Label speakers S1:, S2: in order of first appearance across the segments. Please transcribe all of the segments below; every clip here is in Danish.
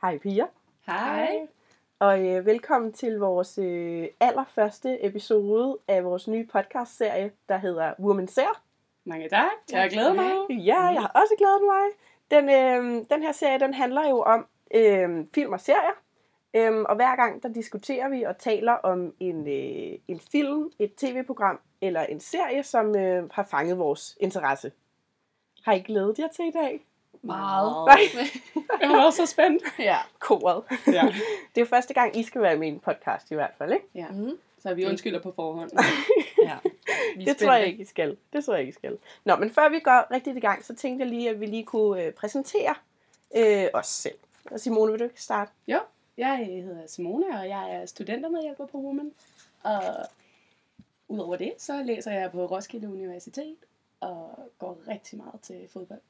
S1: Hej piger,
S2: Hej.
S1: og øh, velkommen til vores øh, allerførste episode af vores nye podcastserie, der hedder Woman Ser.
S2: Mange tak. Jeg har glædet mig.
S1: Ja, jeg har også glædet mig. Den, øh, den her serie, den handler jo om øh, film og serier. Øhm, og hver gang, der diskuterer vi og taler om en, øh, en film, et tv-program eller en serie, som øh, har fanget vores interesse. Har I glædet jer til i dag?
S3: Meget.
S1: Nej.
S2: Jeg var også så spændt.
S3: ja.
S1: Koret.
S2: Ja.
S1: Det er jo første gang, I skal være med i en podcast i hvert fald, ikke?
S3: Mm.
S2: Så vi undskylder på forhånd.
S3: ja. Vi er
S1: Det tror jeg
S3: spændte.
S1: ikke, I skal. Det tror jeg ikke, I skal. Nå, men før vi går rigtigt i gang, så tænkte jeg lige, at vi lige kunne øh, præsentere øh, os selv. Og Simone, vil du ikke starte?
S2: Jeg hedder Simone, og jeg er studentermedhjælper på Woman. Og udover det, så læser jeg på Roskilde Universitet og går rigtig meget til fodbold.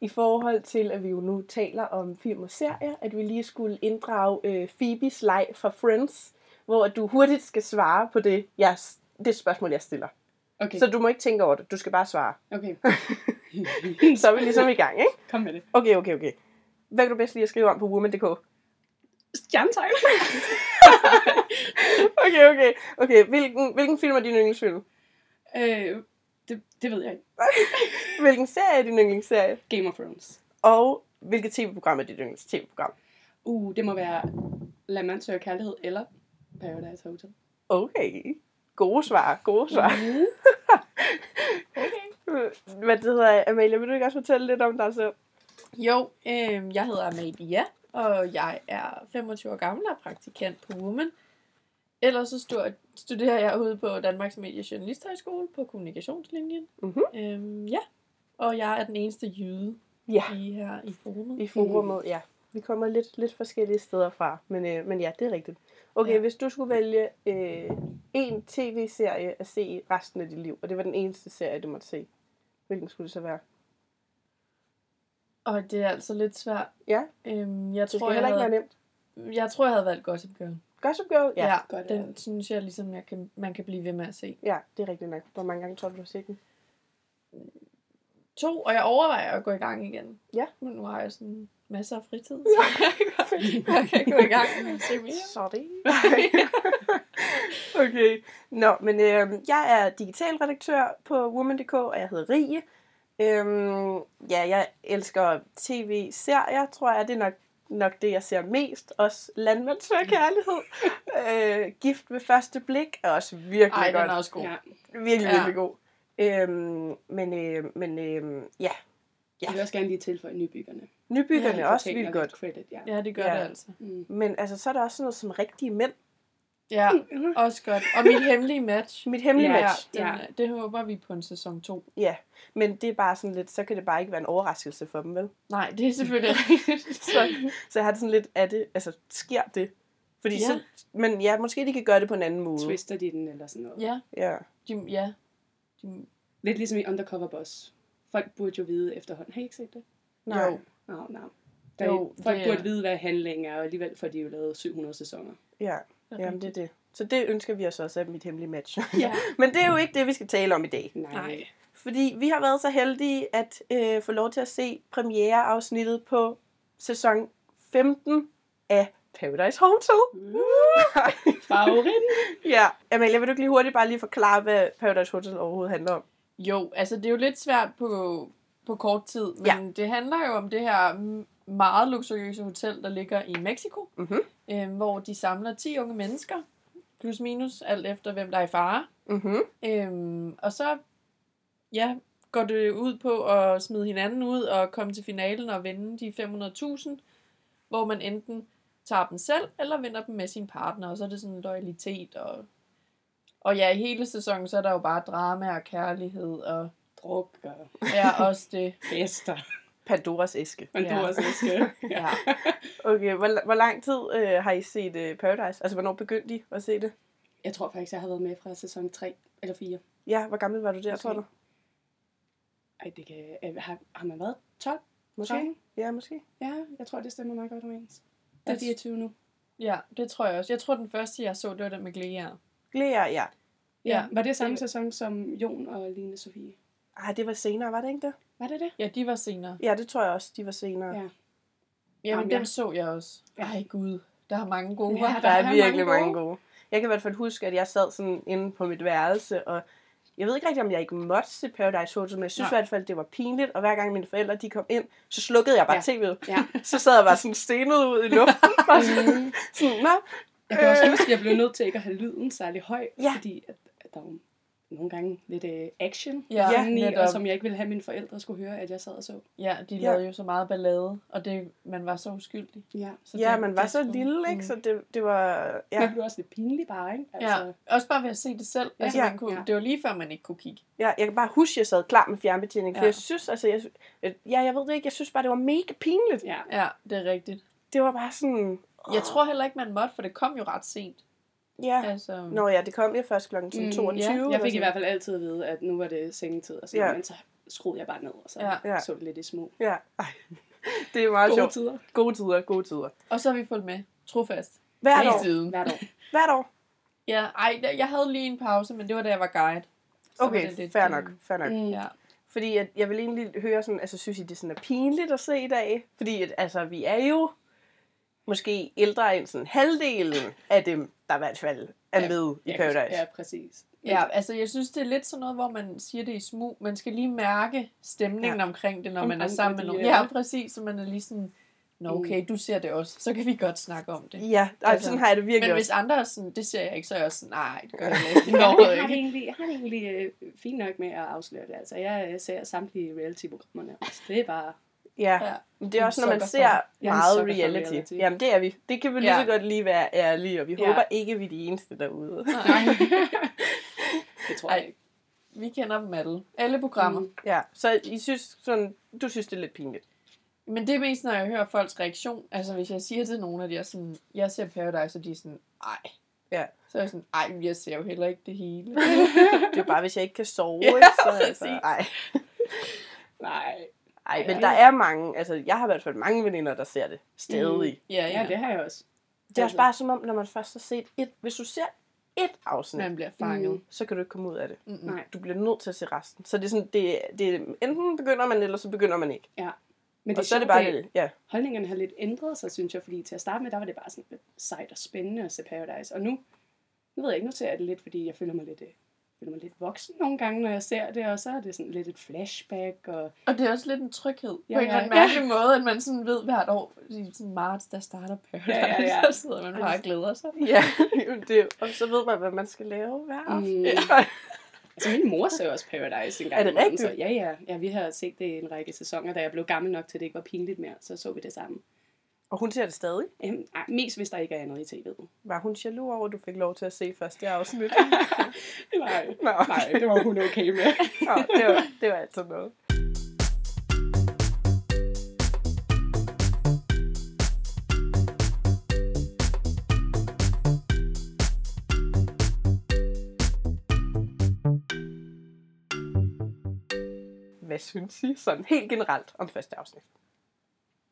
S1: I forhold til, at vi jo nu taler om film og serier, at vi lige skulle inddrage øh, Phoebes leg fra Friends, hvor du hurtigt skal svare på det, jeg, det spørgsmål, jeg stiller.
S2: Okay,
S1: Så du må ikke tænke over det, du skal bare svare.
S2: okay.
S1: Så er vi ligesom i gang, ikke?
S2: Kom med det.
S1: Okay, okay, okay. Hvad kan du bedst lige at skrive om på woman.dk?
S2: Stjernetegn.
S1: Okay, okay, okay. Hvilken, hvilken film er din yndlingsfilm?
S2: øh, det, det ved jeg ikke.
S1: Hvilken serie er din yndlingsserie?
S2: Game of Thrones.
S1: Og hvilket tv-program er dit yndlings tv-program?
S2: Uh, det må være La Mand søger kærlighed eller Paradise Hotel.
S1: Okay. Gode svar, gode svar.
S2: Mhm.
S1: Hvad det hedder, Amalie, vil du ikke også fortælle lidt om dig selv?
S3: Jo, øh, jeg hedder Amalie Bia, og jeg er 25 år gammel og praktikant på Woman. Ellers så stu- studerer jeg ude på Danmarks Medie- og Journalisthøjskole på kommunikationslinjen.
S1: Mhm.
S3: Øhm, ja, og jeg er den eneste jyde
S1: Ja,
S3: lige her i forumet.
S1: i forumet, ja. Vi kommer lidt, lidt forskellige steder fra, men, øh, men ja, det er rigtigt. Okay, ja.
S3: Ja.
S1: hvis du skulle vælge øh, en tv-serie at se i resten af dit liv, og det var den eneste serie, du måtte se, hvilken skulle det så være?
S3: Og det er altså lidt svært.
S1: Ja.
S3: Øhm, jeg,
S1: Det skal
S3: tror, jeg,
S1: heller ikke være
S3: havde,
S1: nemt.
S3: jeg tror, jeg havde valgt Gossip Girl.
S1: Gossip Girl?
S3: Ja, ja
S2: godt
S3: den
S2: valg.
S3: synes jeg ligesom, jeg kan, man kan blive ved med at se.
S1: Ja, det er rigtigt nok. Hvor mange gange tror du, du har set den?
S3: to, og jeg overvejer at gå i gang igen.
S1: Ja.
S3: Men nu har jeg sådan masser af fritid, så jeg kan gå i gang med at se mere.
S1: Sorry. okay. Nå, men øh, jeg er digital redaktør på Woman.dk, og jeg hedder Rie. Øhm, ja, jeg elsker tv-serier, tror jeg. Det er nok, nok det, jeg ser mest. Også Landmand Søger
S3: Mm.
S1: Kærlighed. øh, gift ved første blik er også virkelig
S3: Ej,
S1: godt.
S3: den er også god.
S2: Ja.
S3: Ja.
S1: Virkelig,
S3: Ja.
S1: virkelig god. Øhm, men øh, men øh, ja,
S2: Jeg vil også gerne lige tilføje nybyggerne.
S1: nybyggerne
S2: De
S1: er også
S2: fortjener
S1: vildt godt.
S2: lidt Credit, ja.
S3: ja, det gør
S1: Ja.
S3: ja. det altså.
S2: Mm.
S1: Men altså, så er der også sådan noget som rigtige mænd.
S3: Ja, også godt. Og mit hemmelige match.
S1: Mit hemmelige
S2: Ja.
S1: match.
S3: Den,
S2: Ja.
S3: Det håber vi på en sæson 2.
S1: Men det er bare sådan lidt, så kan det bare ikke være en overraskelse for dem, vel?
S3: Nej, det er selvfølgelig rigtigt.
S1: Så, så jeg har det sådan lidt, er det, altså sker det? Fordi ja.
S3: Ja.
S1: Så, men ja, måske de kan gøre det på en anden måde.
S2: Twister de den eller sådan noget.
S3: ja,
S1: Ja.
S3: de, ja. De,
S2: Lidt ligesom i Undercover Boss. Folk burde jo vide efterhånden. Har I ikke set det?
S1: Nej.
S3: Jo.
S2: Nej, no, nej. No.
S3: Jo,
S2: folk
S3: det er-
S2: burde vide, hvad handlingen er, og alligevel får de jo lavet 700 sæsoner.
S1: Ja, jamen det er det. Så det ønsker vi os også af mit hemmelige match.
S2: Ja.
S1: men det er jo ikke det, vi skal tale om i dag.
S2: Nej.
S3: Nej.
S1: Fordi vi har været så heldige at øh, få lov til at se premiereafsnittet på sæson 15 af Paradise Hotel.
S2: Favorit?
S1: ja, Amalie, vil du ikke lige hurtigt bare lige forklare, hvad Paradise Hotel overhovedet handler om?
S3: Jo, altså det er jo lidt svært på, på kort tid, men
S1: Ja.
S3: ja. det handler jo om det her m- meget luksuriøse hotel, der ligger i Mexico,
S1: Mhm.
S3: øh, hvor de samler 10 unge mennesker, plus minus, alt efter hvem der er i fare.
S1: Mhm.
S3: Øhm, og så ja, går det ud på at smide hinanden ud og komme til finalen og vinde de 500.000, hvor man enten tager dem selv eller vinder dem med sin partner, og så er det sådan loyalitet og... Og ja, i hele sæsonen, så er der jo bare drama og kærlighed, og
S2: Druk og
S3: er også det.
S2: fester.
S1: Pandoras æske.
S2: Men ja. du
S3: Ja.
S2: også elsker. Ja.
S3: Ja.
S1: Okay, hvor, hvor lang tid øh, har I set øh, Paradise? Altså, hvornår begyndte I at se det?
S2: Jeg tror faktisk, jeg har været med fra sæson 3 eller 4.
S1: Ja, hvor gammel var du der, okay. tror du?
S2: Ej, det kan... øh, Har, har man været 12?
S1: Måske?
S2: Sådan.
S1: Ja, måske.
S2: Ja, jeg tror, det stemmer meget godt overens. Jeg er
S3: Det-
S2: 24 nu.
S3: ja, det tror jeg også. Jeg tror, den første, jeg så, det var den med Glea.
S1: Glea, ja.
S2: Ja.
S3: Ja.
S2: ja. Var det samme sæson som Jon og Line Sofie?
S1: Ej, det var senere, var det ikke det?
S2: Var det det?
S3: Ja, de var senere.
S1: Ja, det tror jeg også, de var senere.
S2: Ja.
S3: Jamen,
S2: Jamen,
S3: den
S2: ja.
S3: så jeg også.
S2: Ja.
S3: Ej gud, der er mange gode.
S2: Ja,
S3: hva'?
S2: der
S1: Der er,
S2: er
S1: virkelig
S2: mange
S1: mange gode. mange gode. Jeg kan i hvert fald huske, at jeg sad sådan inde på mit værelse, og jeg ved ikke rigtig, om jeg ikke måtte se Paradise Hotel, men jeg synes i
S2: Nej.
S1: hvert fald, det var pinligt, og hver gang mine forældre de kom ind, så slukkede jeg bare
S2: Ja.
S1: tv'et.
S2: Ja.
S1: Så sad jeg bare sådan stenet ud i luften, og
S2: Øh,
S1: sådan, sådan Nå,
S2: Jeg kan også
S1: Øh.
S2: huske, at jeg blev nødt til ikke at have lyden særlig høj,
S1: Ja.
S2: fordi at, at der var nogle gange lidt øh, action
S3: Ja,
S2: ja, i,
S3: netop.
S2: og som jeg ikke ville have, at mine forældre skulle høre, at jeg sad og så.
S3: Ja, de
S1: Ja.
S3: lavede jo så meget ballade, og det, man var så uskyldig.
S2: Ja, så
S1: ja,
S3: det-
S1: man
S3: det
S1: var så
S3: skulle-
S1: lille,
S3: Mm.
S1: ikke? Så det, det var...
S2: ja. man
S1: Ja,
S2: blev også lidt pinlig bare, ikke? Altså,
S3: Ja,
S1: altså-
S3: også bare ved at se det selv.
S2: Ja.
S3: Altså, man kunne,
S2: Ja.
S3: Det var lige før, man ikke kunne kigge.
S1: jeg, jeg kan bare huske, at jeg sad klar med fjernbetjening, for
S3: Ja.
S1: jeg synes, altså, jeg, ja, jeg ved det ikke, jeg synes bare, det var mega pinligt.
S2: ja.
S3: Ja, det er rigtigt.
S1: Det var bare sådan...
S3: Jeg tror heller ikke, man måtte, for det kom jo ret sent.
S1: Ja.
S3: Altså,
S1: Nå ja, det kom jeg først klokken sådan
S2: Mm,
S1: 22.
S3: ja.
S1: eller
S2: Jeg fik i
S1: sådan.
S2: hvert fald altid at vide, at nu var det sengetid og sådan
S1: Ja.
S2: noget, men så skruede jeg bare ned, og så
S3: Ja.
S2: ja. så det lidt i små.
S1: Ja, Ej, det er meget
S2: Gode
S1: sjovt.
S2: tider.
S1: Gode tider, gode tider.
S3: Og så har vi fulgt med. Trofast.
S1: Hvert
S3: Hele
S1: år.
S3: tiden.
S2: Hvert år.
S1: Hvert år.
S3: Ja, ej, der- jeg havde lige en pause, men det var da jeg var guide. Så var
S1: Okay,
S3: det lidt,
S1: fair
S3: øh,
S1: nok, fair nok.
S2: Mm.
S3: Ja.
S1: Fordi at jeg vil egentlig høre sådan, altså synes I, det sådan er pinligt at se i dag? Fordi at, altså, vi er jo måske ældre end sådan halvdelen af dem, der i hvert fald er
S2: Ja,
S1: med i
S2: Ja,
S1: Paradise.
S2: Ja, præcis.
S3: ja, altså jeg synes, det er lidt sådan noget, hvor man siger det i smug. Man skal lige mærke stemningen ja. omkring det, når
S2: Om
S3: man er
S2: andre,
S3: sammen med
S2: de
S3: nogen.
S2: er-
S3: Ja, Mm. præcis. Så man er lige sådan, Nå, okay, du ser det også. Så kan vi godt snakke om det.
S1: Ja, ej,
S3: Altså,
S1: altså, sådan har jeg det virkelig
S3: Men
S1: også.
S3: hvis andre er sådan, det ser jeg ikke, så er jeg også sådan, nej, det gør jeg ikke. Det når
S2: jeg,
S3: jeg
S2: har det
S3: ikke.
S2: egentlig, jeg har det egentlig øh, fint nok med at afsløre det. Altså, jeg øh, ser samtlige reality-programmer nærmest. Det er bare...
S1: Ja.
S3: Ja.
S1: ja. Men det er også, når man
S3: Sukker for
S1: ser
S3: det.
S2: Jeg er en
S1: meget
S2: sukker for
S1: reality.
S2: reality.
S1: Jamen, det er vi. Det kan vi lige
S3: Ja.
S1: så godt lige være ærlige, og vi
S2: Ja.
S1: håber ikke, vi er de eneste derude.
S3: Nej,
S2: Det tror
S3: Ej,
S2: jeg ikke.
S3: vi kender dem alle. Alle programmer. Mm.
S1: Ja, så I synes, sådan, du synes, det er lidt pinligt.
S3: Men det er mest, når jeg hører folks reaktion. Altså, hvis jeg siger til nogen, at jeg, sådan, jeg ser Paradise, og de er sådan, ej.
S1: Ja.
S3: Så er jeg sådan, ej, men jeg ser jo heller ikke det hele.
S1: Det er bare, hvis jeg ikke kan sove.
S3: Ja,
S1: ikke, så, altså,
S3: præcis.
S1: ej.
S2: Nej.
S1: Ej, men
S2: Ja.
S1: der er mange, altså jeg har i hvert fald mange veninder, der ser det stadig. Altså. Mm.
S3: Ja,
S2: Ja,
S3: ja.
S2: det har jeg også.
S1: Det er også bare som om, når man først har set et, hvis du ser et afsnit,
S3: Man bliver fanget.
S2: Mm.
S3: Mm.
S1: så kan du ikke komme ud af det.
S3: Mm-mm.
S2: Nej.
S1: Du bliver nødt til at se resten. Så det er sådan, det, det er, enten begynder man, eller så begynder man ikke.
S2: Men det
S1: Og så er det
S2: sjovt,
S1: bare det. Ja,
S2: Holdningerne har lidt ændret sig, synes jeg, fordi til at starte med, der var det bare sådan lidt sejt og spændende at se Paradise. Og nu, nu ved jeg ikke, nu ser jeg det lidt, fordi jeg føler mig lidt, øh, føler mig lidt voksen nogle gange, når jeg ser det, og så er det sådan lidt et flashback, og
S3: Og det er også lidt en tryghed ja,
S2: Ja,
S3: på en eller
S2: ja,
S3: anden
S2: ja.
S3: mærkelig måde, at man sådan ved hvert år, i sådan marts, der starter Paradise,
S2: Ja, ja, ja.
S3: så sidder man bare og glæder sig.
S1: ja det, og så ved man, hvad man skal lave hver aften.
S2: Mm.
S1: Mm.
S2: Altså, min mor så også Paradise en gang.
S1: Er det
S2: om morgenen,
S1: rigtigt?
S2: Så, ja, ja, ja. Vi har set det i en række sæsoner, da jeg blev gammel nok til, at det ikke var pinligt mere. Så så vi det sammen.
S1: Og hun ser det stadig.
S2: Øhm, ej, mest hvis der ikke er andet i tv'et.
S1: Var hun jaloux over, at du fik lov til at se første afsnit?
S2: Nej,
S1: Nå,
S2: nej, det var hun okay med.
S1: Nå, det, var, det var altid noget. Hvad synes I sådan helt generelt om første afsnit?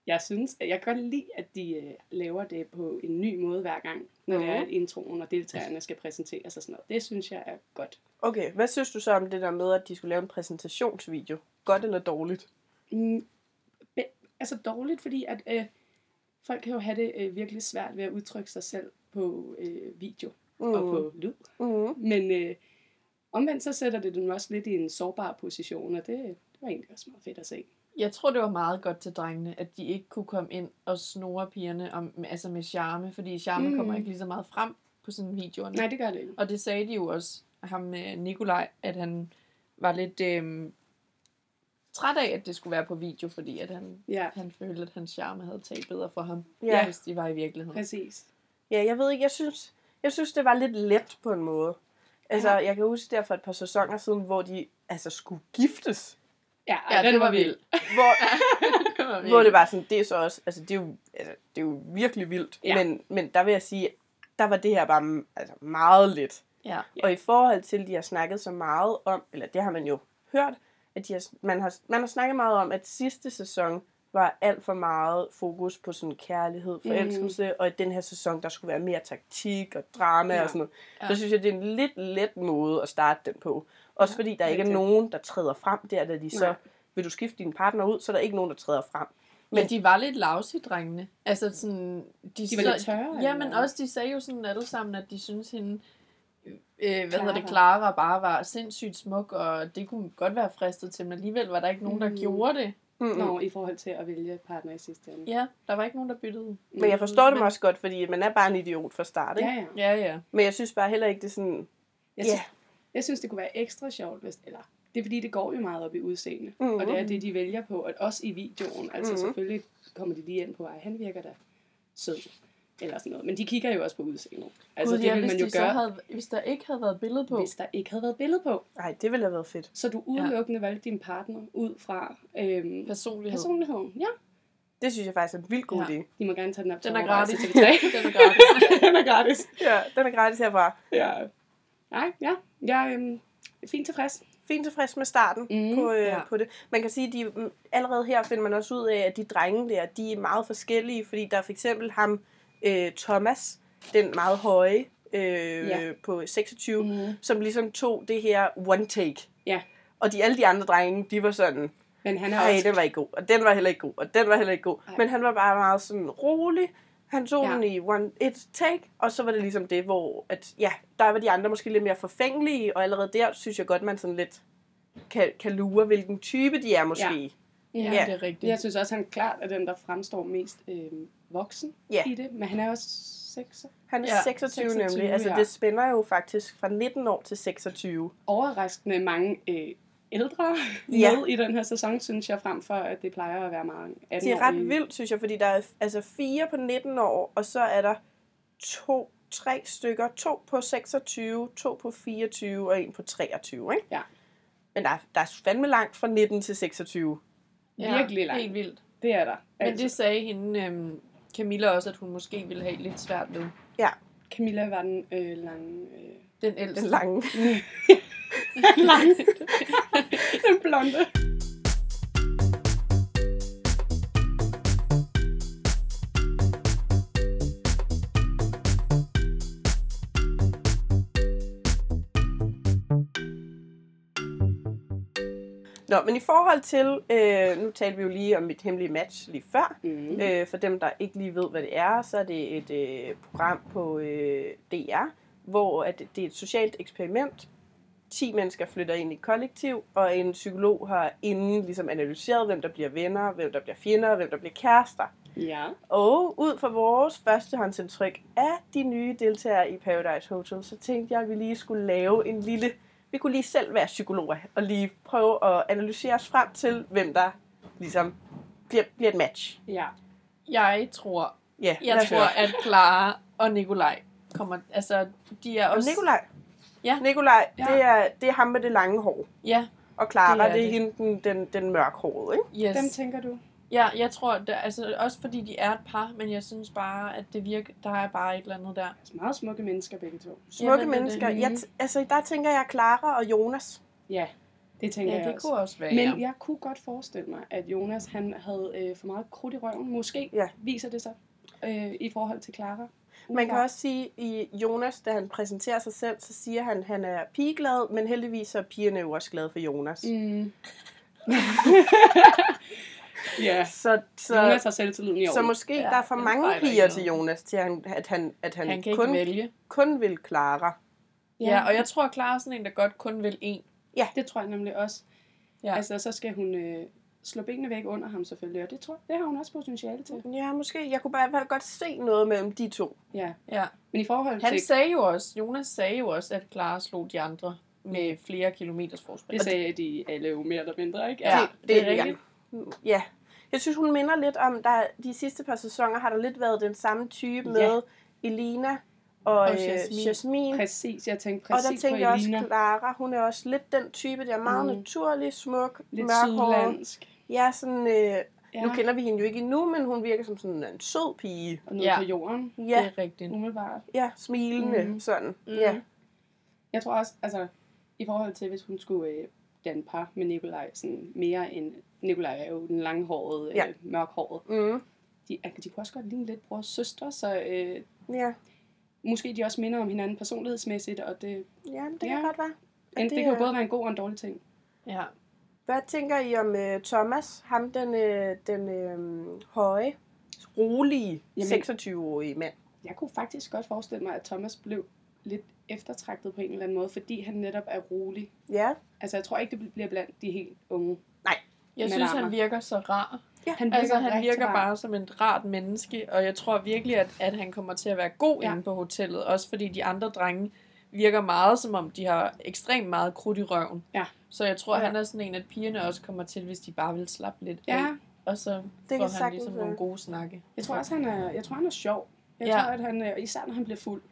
S2: Jeg synes, at jeg kan godt lide, at de øh, laver det på en ny måde hver gang, når det er,
S3: Mhm.
S2: at introen og deltagerne skal præsentere sig sådan noget. Det synes jeg er godt.
S1: Okay, hvad synes du så om det der med, at de skulle lave en præsentationsvideo? Godt eller dårligt?
S2: Mm, be- altså dårligt, fordi at øh, folk kan jo have det øh, virkelig svært ved at udtrykke sig selv på øh, video
S1: Mm.
S2: og på
S3: Mhm.
S2: lyd.
S1: Mm.
S2: Men øh, omvendt så sætter det dem også lidt i en sårbar position, og det, det var egentlig også meget fedt at se.
S3: Jeg tror, det var meget godt til drengene, at de ikke kunne komme ind og snore pigerne om, altså med charme, fordi charme
S2: Mm.
S3: mm. kommer ikke lige så meget frem på sådan videoerne.
S2: Nej, det gør det ikke.
S3: Og det sagde de jo også, ham med Nikolaj, at han var lidt øhm, træt af, at det skulle være på video, fordi at han,
S2: Ja,
S3: han følte, at hans charme havde talt bedre for ham,
S1: Ja.
S3: hvis de var i virkeligheden.
S2: præcis.
S1: Ja, jeg ved ikke, jeg synes, jeg synes det var lidt let på en måde. Altså,
S2: Ja.
S1: ja. jeg kan huske der for et par sæsoner siden, hvor de altså skulle giftes.
S2: Ja,
S3: Ja, det var
S2: vildt.
S3: vildt.
S1: Hvor,
S3: Det var
S1: hvor det
S3: vildt.
S1: var sådan, det er så også, altså det er jo, altså, det er jo virkelig vildt.
S2: Ja.
S1: Ja. Men, men der vil jeg sige, der var det her bare m- altså, meget let.
S3: Ja.
S2: Ja.
S1: Og i forhold til, de har snakket så meget om, eller det har man jo hørt, at de har, man, har, man har snakket meget om, at sidste sæson var alt for meget fokus på sådan kærlighed, forelskelse, mm. og i den her sæson, der skulle være mere taktik og drama
S2: Ja.
S1: og sådan noget.
S3: Ja.
S1: Ja. Så synes jeg, det er en lidt let måde at starte den på. Også
S2: Ja,
S1: fordi der ikke er
S2: rigtigt.
S1: nogen, der træder frem der, da de så,
S2: Nej.
S1: vil du skifte din partner ud, så er der ikke nogen, der træder frem.
S3: Men ja, de var lidt lavse, drengene. Altså sådan... De,
S2: De var lidt tørre,
S3: Ja, men
S2: eller?
S3: også, de sagde jo sådan alle sammen, at de synes hende... Øh, hvad hedder det,
S2: Clara.
S3: Clara bare var sindssygt smuk, og det kunne godt være fristet til, men alligevel var der ikke nogen, der
S2: Mm.
S3: gjorde det.
S1: Mm-mm.
S2: Nå, i forhold til at vælge partner i sidste ende.
S3: Ja, der var ikke nogen, der byttede.
S1: Men jeg forstår det
S3: Men-
S1: også godt, fordi man er bare en idiot fra start, ikke?
S2: Ja, ja.
S3: Ja, ja.
S1: Men jeg synes bare heller ikke, det er sådan...
S2: Jeg,
S1: Ja.
S2: synes, jeg synes, det kunne være ekstra sjovt, hvis, eller det er fordi, det går jo meget op i udseende, mm-hmm.
S1: Mhm.
S2: og det er det, de vælger på, at også i videoen, altså
S1: Mhm.
S2: mm-hmm. selvfølgelig kommer de lige ind på, at han virker da sød, eller sådan noget, men de kigger jo også på udseendet. Altså
S3: Gud,
S2: det
S3: ja,
S2: ville
S3: hvis,
S2: man jo
S3: de så
S2: gøre, havde
S3: havde, hvis der ikke havde været billede på.
S2: hvis der ikke havde været billede på,
S1: Nej, det ville have været fedt.
S2: så du udelukkende ja. valgte din partner ud fra øhm,
S3: Personlighed.
S2: personligheden. Ja,
S1: Det synes jeg faktisk er en vildt god
S3: Ja.
S1: idé.
S2: de må gerne tage den op til
S3: Den er
S2: overvejelse
S3: gratis.
S2: til TV3.
S3: Den er gratis.
S2: den er gratis.
S1: Ja, den er gratis herfra.
S2: Ja. Nej, ja, jeg øhm, er fint tilfreds.
S1: Fint tilfreds med starten mm,
S2: Mm,
S1: på, øh, ja.
S3: ja.
S1: på det. Man kan sige, at de, mm, allerede her finder man også ud af, at de drenge der, de er meget forskellige, fordi der er for eksempel ham, øh, Thomas, den meget høje øh, ja.
S2: Ja.
S1: på 26,
S3: Mhm.
S1: mm.
S2: Mm.
S1: som ligesom tog det her one take.
S2: Ja.
S1: Og de, alle de andre drenge, de var sådan,
S2: Men han er
S1: Nej,
S2: også
S1: den var ikke god, og den var heller ikke god, og den var heller ikke god.
S2: Ej.
S1: Men han var bare meget sådan rolig. Han tog ja.
S2: Ja.
S1: den i one, et take, og så var det ligesom det, hvor at, ja, der var de andre måske lidt mere forfængelige, og allerede der synes jeg godt, man sådan lidt kan, kan lure, hvilken type de er måske.
S3: Ja,
S1: Ja.
S3: det er rigtigt.
S2: Jeg synes også, han klart er den, der fremstår mest øh, voksen
S1: Ja.
S2: i det. Men han er også sekser.
S1: Han er ja,
S3: Ja,
S1: 26, 26
S2: 26,
S1: nemlig, altså
S2: ja.
S1: det spænder jo faktisk fra 19 år til 26.
S2: Overraskende mange øh, ældre
S1: Ja.
S2: ja. med i den her sæson, synes jeg, frem for at det plejer at være mange 18
S1: Det er ret vildt, synes jeg, fordi der er altså fire på 19 år, og så er der to, tre stykker. To på 26, to på 24 og en på 23, ikke?
S2: Ja.
S1: Men der er, der er fandme langt fra 19 til 26.
S2: virkelig langt.
S3: Helt vildt.
S2: Det er der.
S3: Men
S2: Altså,
S3: det sagde hende, øhm, Camilla også, at hun måske ville have lidt svært ved.
S2: Camilla var den øh, lange... Øh,
S3: Den ældste.
S1: Den lange.
S2: lange. den blonde.
S1: Nå, men i forhold til, øh, nu talte vi jo lige om mit hemmelige match lige før.
S2: Mm.
S1: Øh, for dem, der ikke lige ved, hvad det er, så er det et øh, program på øh, DR, hvor at det er et socialt eksperiment. 10 mennesker flytter ind i et kollektiv, og en psykolog har inden ligesom analyseret, hvem der bliver venner, hvem der bliver fjender, og hvem der bliver kærester.
S2: Ja.
S1: Og ud fra vores førstehåndsindtryk af de nye deltagere i Paradise Hotel, så tænkte jeg, at vi lige skulle lave en lille... Vi kunne lige selv være psykologer og lige prøve at analysere os frem til, hvem der ligesom bliver, bliver et match.
S2: Ja.
S3: Jeg tror,
S1: Ja, lad
S3: jeg
S1: os
S3: tror,
S1: høre.
S3: at Clara og Nikolaj kommer... Altså, de er
S1: Og
S3: også...
S1: Nikolaj.
S3: Ja.
S1: Nikolaj,
S2: Ja.
S1: det er, det er ham med det lange hår.
S3: Ja,
S1: Og Clara, det
S3: Det
S1: er,
S3: er
S1: det er
S3: det.
S1: hende, den, den, den mørkhårede, ikke?
S3: yes.
S2: Dem tænker du?
S3: Ja, jeg tror, der, altså, også fordi de er et par, men jeg synes bare, at det virker, der er bare et eller andet der.
S2: Altså, meget smukke mennesker begge to.
S1: Smukke
S3: Jamen, det er
S1: mennesker.
S2: det.
S1: Jeg t- altså, der tænker jeg Clara og Jonas.
S2: Ja, det tænker
S3: Ja,
S2: jeg
S3: det
S2: også.
S3: kunne også være.
S2: Men
S3: ja.
S2: jeg kunne godt forestille mig, at Jonas han havde øh, for meget krudt i røven. Måske
S1: Ja.
S2: ja. viser det sig øh, i forhold til Clara.
S1: Man kan
S2: Umiddelbart.
S1: også sige, i Jonas, da han præsenterer sig selv, så siger han, at han er pigeglad, men heldigvis så er pigerne jo også glade for Jonas. Mm.
S2: Mm. ja,
S1: Så, så,
S2: Jonas har selvtilliden i
S1: så
S2: orden.
S1: måske ja,
S3: Ja,
S1: der er for
S3: den
S1: mange
S3: fejler
S1: piger
S3: ikke
S1: til
S3: noget.
S1: Jonas, til han, at han, at han,
S3: han kan
S1: kun,
S3: ikke vælge.
S1: kun vil Clara.
S3: Ja, og jeg tror, Clara er sådan en, der godt kun vil en.
S2: det tror jeg nemlig også.
S3: Ja.
S2: Altså, så skal hun øh, slå benene væk under ham selvfølgelig, og det, tror, det har hun også potentiale til.
S1: Ja, måske. Jeg kunne bare, bare godt se noget mellem de to.
S2: Ja,
S3: Ja.
S2: men i forhold til...
S3: Han sagde jo også, Jonas sagde jo også, at Clara slog de andre med flere kilometers forspring.
S2: det sagde de alle jo mere eller mindre, ikke?
S3: Ja,
S1: det, det er rigtigt. Ja. ja. Jeg synes, hun minder lidt om, der de sidste par sæsoner har der lidt været den samme type ja.
S2: Ja.
S1: med Elina og, og
S3: Og
S1: Jasmine.
S3: Jasmin.
S1: Øh, Jasmin.
S2: Præcis, jeg tænkte
S1: Og der
S2: præcis
S1: tænker jeg
S2: på
S1: også,
S2: Elina.
S1: Clara, hun er også lidt den type, der er meget mm.
S2: Mm.
S1: naturlig, smuk,
S2: Lidt
S1: mørkhåret.
S2: sydlandsk.
S1: Ja, sådan, øh, ja.
S2: Ja.
S1: nu kender vi hende jo ikke endnu, men hun virker som sådan en sød pige.
S2: og ned
S3: Ja.
S2: ja. på jorden,
S3: Ja.
S1: Ja,
S3: Det er rigtigt.
S2: umiddelbart.
S1: ja smilende, mm.
S2: Mhm.
S1: sådan. Mm.
S3: Mhm.
S1: Ja.
S2: Jeg tror også, altså, i forhold til, hvis hun skulle øh, danne par med Nikolaj, sådan mere end, Nikolaj er jo den langhårede,
S1: Ja.
S2: ja. øh, mørkhårede,
S1: Mm.
S2: de, altså, de kunne også godt ligne lidt bror og søster, så øh,
S1: Ja,
S2: måske de også minder om hinanden personlighedsmæssigt, og det,
S1: ja men det kan
S2: Ja.
S1: godt være.
S2: ja, det, det kan
S1: er-
S2: jo både være en god og en dårlig ting.
S3: Ja.
S1: Hvad tænker I om øh, Thomas, ham den, øh, den øh, høje, rolige
S2: Jamen-
S1: 26-årige mand?
S2: Jeg kunne faktisk godt forestille mig, at Thomas blev lidt eftertragtet på en eller anden måde, fordi han netop er rolig.
S1: Ja,
S2: Altså, jeg tror ikke, det bliver blandt de helt unge.
S3: Jeg
S2: Men
S3: synes,
S2: Amager.
S3: han virker så rar.
S2: Han
S3: Altså, han
S2: rigtig
S3: virker
S2: rar.
S3: bare som et rart menneske, og jeg tror virkelig, at, at han kommer til at være god
S2: Ja.
S3: ja. inde på hotellet. Også fordi de andre drenge virker meget, som om de har ekstremt meget krudt i røven.
S2: Ja.
S3: Så jeg tror,
S1: Ja.
S3: ja. han er sådan en, at pigerne også kommer til, hvis de bare vil slappe lidt af.
S2: Ja,
S3: Og så
S1: kan
S3: får han
S1: sagtens
S3: ligesom
S1: være.
S3: nogle gode snakke.
S2: jeg tror også, han er, jeg tror, han er sjov. Jeg
S3: Ja.
S2: tror, at han, øh, især når han bliver fuld.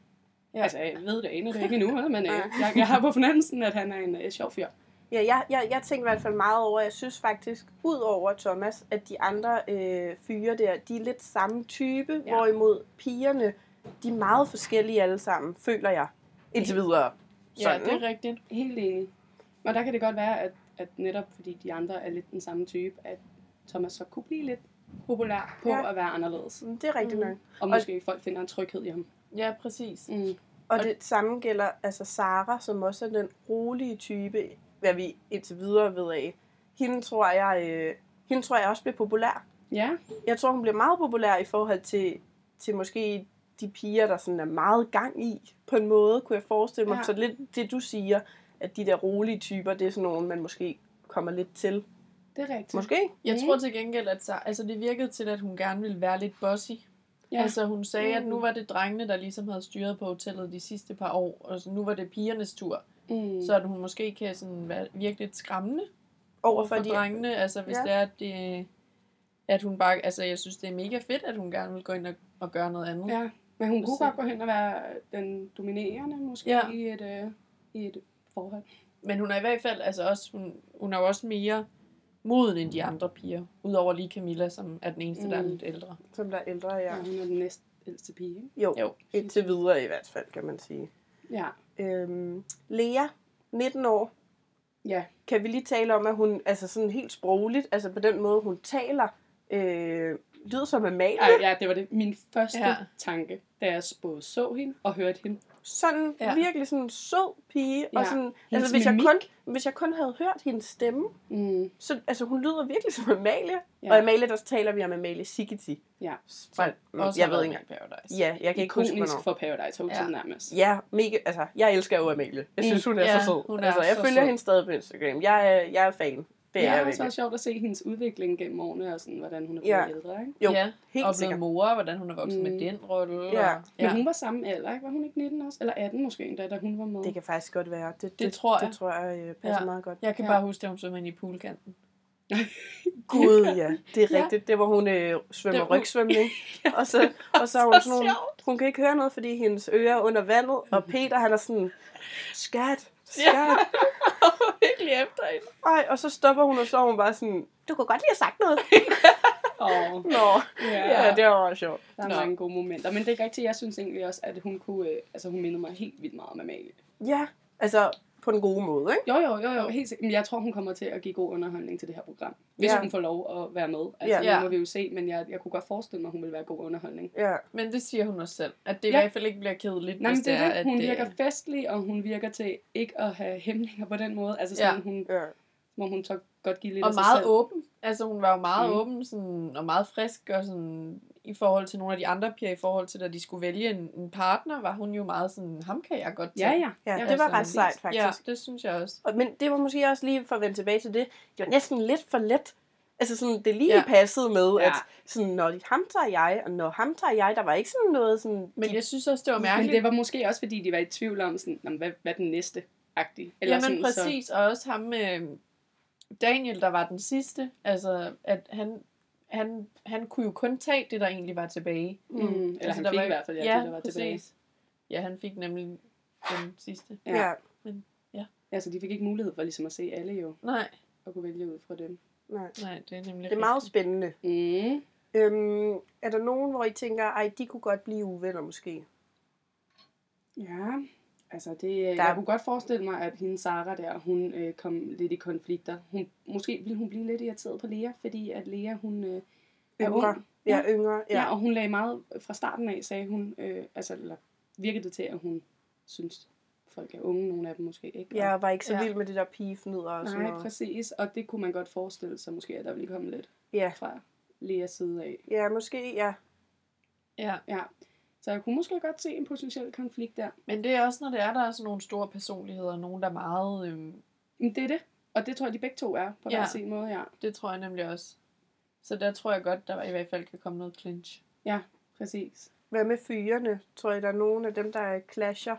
S2: Ja.
S3: Ja.
S2: Altså, jeg ved det, aner det ikke endnu, vel, men øh,
S1: Nej.
S2: jeg, jeg har på fornemmelsen, at han er en øh, sjov fyr.
S1: ja jeg, jeg, jeg tænkte i hvert fald meget over, jeg synes faktisk, ud over Thomas, at de andre øh, fyre der, de er lidt samme type,
S2: Ja.
S1: ja. hvorimod pigerne, de er meget forskellige alle sammen, føler jeg, indtil videre.
S3: Ja,
S1: Sådan,
S3: det er
S1: ikke?
S3: rigtigt.
S2: Helt enig. Og der kan det godt være, at, at netop fordi de andre er lidt den samme type, at Thomas så kunne blive lidt populær på
S1: Ja.
S2: ja. at være anderledes.
S1: Mm, det er rigtigt
S3: Mhm.
S1: nok.
S2: Og måske folk finder en tryghed i ham.
S3: Ja, præcis.
S2: Mm.
S1: Og
S3: Og-
S1: det samme gælder altså Sara, som også er den rolige type, hvad vi indtil videre ved af. Hende tror jeg, øh, hende tror jeg også bliver populær.
S2: Ja,
S1: Jeg tror, hun bliver meget populær i forhold til, til måske de piger, der sådan er meget gang i, på en måde, kunne jeg forestille mig.
S2: Ja.
S1: Ja. Så lidt det, du siger, at de der rolige typer, det er sådan nogle, man måske kommer lidt til.
S2: det er rigtigt.
S1: Måske?
S3: Jeg
S2: Mm.
S3: tror til gengæld, at Sara- altså, det virkede til, at hun gerne ville være lidt bossy.
S2: Ja.
S3: Ja. Altså hun sagde, at nu
S1: Mm.
S3: var det drengene, der ligesom havde styret på hotellet de sidste par år, og så nu var det pigernes tur.
S2: mm.
S3: Så at hun måske kan sådan være virkelig lidt skræmmende
S1: Over
S3: for
S1: for de...
S3: drengene, altså hvis
S1: Ja.
S3: ja. det er, at, det, at hun bare, altså jeg synes, det er mega fedt, at hun gerne vil gå ind og, og gøre noget andet.
S2: Ja, men hun kunne
S3: Præcis.
S2: godt gå hen og være den dominerende måske ja.
S3: Ja.
S2: i, et, øh, i et forhold.
S3: Men hun er i hvert fald, altså også, hun, hun er jo også mere moden end de andre piger, udover lige Camilla, som er den eneste, mm. der er
S2: Mm.
S3: lidt ældre.
S1: Som der er ældre, ja.
S2: Ja. Hun er den næst ældste pige. Ikke?
S1: Jo, jo,
S3: Jo.
S1: indtil videre i hvert fald, kan man sige.
S2: Ja.
S1: Øhm, Lea, 19 år,
S2: Ja.
S1: kan vi lige tale om, at hun, altså sådan helt sprogligt, altså på den måde, hun taler, øh, lyder som Amalie.
S2: Ej, ja, det var det. Min første ja.
S3: Ja.
S2: tanke, da jeg både så hende og hørte hende.
S1: Sådan
S3: Ja.
S1: virkelig sådan en sød pige,
S2: Ja.
S1: og sådan,
S2: Hendes
S1: altså hvis jeg,
S2: mimik.
S1: kun, hvis jeg kun havde hørt hendes stemme,
S2: Mm.
S1: så altså hun lyder virkelig som Amalie.
S2: Ja.
S1: Ja. Og Amalie, der taler vi om Amalie Sigeti.
S2: Ja.
S1: Fra,
S3: Også
S1: jeg
S3: har
S1: ved
S3: været
S1: ikke
S3: med i Paradise.
S1: Ja, jeg kan ikke huske,
S2: Ikonisk
S1: hvornår.
S2: for Paradise Hotel ja.
S3: Ja.
S2: nærmest.
S1: Ja, mega, altså, jeg elsker jo Amalie. Jeg synes,
S2: Mm.
S1: hun er
S3: Ja,
S1: så sød.
S3: hun er
S1: altså, jeg
S3: så
S1: følger
S3: sød.
S1: hende stadig på Instagram. Jeg er, jeg er fan. Det
S2: det
S1: er jeg
S2: er også
S1: virkelig.
S2: været sjovt at se hendes udvikling gennem årene, og sådan, hvordan hun er blevet
S1: Ja.
S2: ældre. Ikke?
S1: Jo,
S3: ja.
S1: helt
S3: og
S1: sikkert.
S3: blevet mor, og hvordan hun er vokset mm.
S2: Mm.
S3: med den rolle.
S1: Ja.
S3: og-
S2: Men
S3: ja.
S2: hun var samme alder, ikke? Var hun ikke 19 også? Eller 18 måske endda, da hun var med.
S1: Det kan faktisk godt være. Det, det,
S3: tror jeg.
S1: Det tror jeg øh, passer
S3: Ja.
S1: meget godt.
S3: Jeg kan
S2: Ja.
S3: ja. bare huske, at hun svømmer ind i poolkanten.
S1: Gud, ja. Det er
S3: Ja.
S1: rigtigt. Det var hun øh, svømmer
S3: Det var-
S1: rygsvømning. Og så, og så er hun sådan nogle, hun kan ikke høre noget, fordi hendes ører er under vandet.
S3: Mhm.
S1: Og Peter, han er sådan, skat, skat. Ja.
S3: virkelig efter hende.
S1: Ej, og så stopper hun, og så er hun bare sådan, du kunne godt lige have sagt noget.
S2: Åh,
S1: Nå,
S2: ja.
S1: ja, det var meget sjovt.
S2: Der er
S3: Nå.
S2: mange gode momenter. Men det er rigtigt, jeg synes egentlig også, at hun kunne, øh, altså hun mindede mig helt vildt meget om Amalie.
S1: Ja, altså på den gode måde, ikke?
S2: Jo, jo, jo, jo, helt sikkert. Men jeg tror, hun kommer til at give god underholdning til det her program. Hvis ja.
S1: Ja.
S2: hun får lov at være med. Altså,
S1: Ja.
S2: ja. nu må vi jo se, men jeg, jeg kunne godt forestille mig, at hun ville være god underholdning.
S1: Ja,
S3: Men det siger hun også selv, at det i
S2: Ja.
S3: hvert fald ikke bliver kedeligt,
S2: Nej,
S3: hvis
S2: men det er det.
S3: at
S2: Hun
S3: det-
S2: virker festlig, og hun virker til ikke at have hæmninger på den måde. Altså,
S3: Ja.
S2: sådan, ja. hun,
S1: ja.
S2: hvor hun så godt give lidt
S3: Og
S2: af sig
S3: meget
S2: selv.
S3: åben. Altså hun var jo meget
S2: Mm.
S3: mm. åben sådan, og meget frisk og sådan, i forhold til nogle af de andre piger, i forhold til, da de skulle vælge en, en partner, var hun jo meget sådan, ham kan jeg godt
S2: Ja, ja.
S1: ja
S3: Ja,
S1: det var
S3: altså,
S1: ret sejt, faktisk.
S3: Ja, det synes jeg også.
S1: Og, men det var måske også lige for at vende tilbage til det. Det var næsten lidt for let. Altså sådan, det lige ja.
S3: Ja.
S1: passede med,
S2: Ja.
S1: ja. at sådan, når de- ham tager jeg, og når ham tager jeg, der var ikke sådan noget sådan...
S3: Men jeg synes også, det var
S2: Men
S3: mærkeligt.
S2: det var måske også, fordi de var i tvivl om, sådan, "Nå, men hvad, hvad er den næste? Agtig.
S3: Eller Jamen sådan, præcis, så... og også ham med øhm, Daniel, der var den sidste, altså at han, han, han kunne jo kun tage det, der egentlig var tilbage.
S2: Så, mm, eller
S3: altså,
S2: altså, han
S3: der
S2: fik
S3: var-
S2: i hvert fald, ja, det, der var tilbage.
S3: Ja, han fik nemlig den sidste.
S1: ja. ja.
S2: Altså, de fik ikke mulighed for ligesom at se alle jo,
S3: Nej,
S2: og kunne vælge ud fra dem.
S1: Nej.
S3: nej, det er nemlig
S1: Det er meget spændende.
S2: Mm.
S1: Øhm, er der nogen, hvor I tænker, ej, de kunne godt blive uvenner måske?
S2: Ja, altså det,
S1: Der-
S2: jeg kunne godt forestille mig, at hende Sara der, hun øh, kom lidt i konflikter. Hun, måske ville hun blive lidt irriteret på Lea, fordi at Lea, hun øh, er ung.
S1: Yngre. Ja, yngre.
S2: Ja. ja,
S1: Ja.
S2: og hun lagde meget fra starten af, sagde hun, øh, altså eller virkede det til, at hun synes folk er unge, nogle af dem måske ikke.
S1: Jeg var ikke så
S3: Ja.
S1: vild med det der pigefnider og sådan
S2: Nej,
S1: noget.
S2: præcis. Og det kunne man godt forestille sig måske, at der ville komme lidt
S1: Ja.
S2: fra Leas side af.
S1: ja, måske, ja.
S3: Ja.
S2: Ja. Så jeg kunne måske godt se en potentiel konflikt der.
S3: Men det er også, når det er, der er sådan nogle store personligheder, nogen der er meget, øhm,
S2: Men det er det. Og det tror jeg, de begge to er på ja.
S3: Ja.
S2: hver sin måde, ja.
S3: det tror jeg nemlig også. Så der tror jeg godt, der i hvert fald kan komme noget clinch.
S2: Præcis.
S1: Hvad med fyrene? Tror I, der er nogen af dem, der er clasher?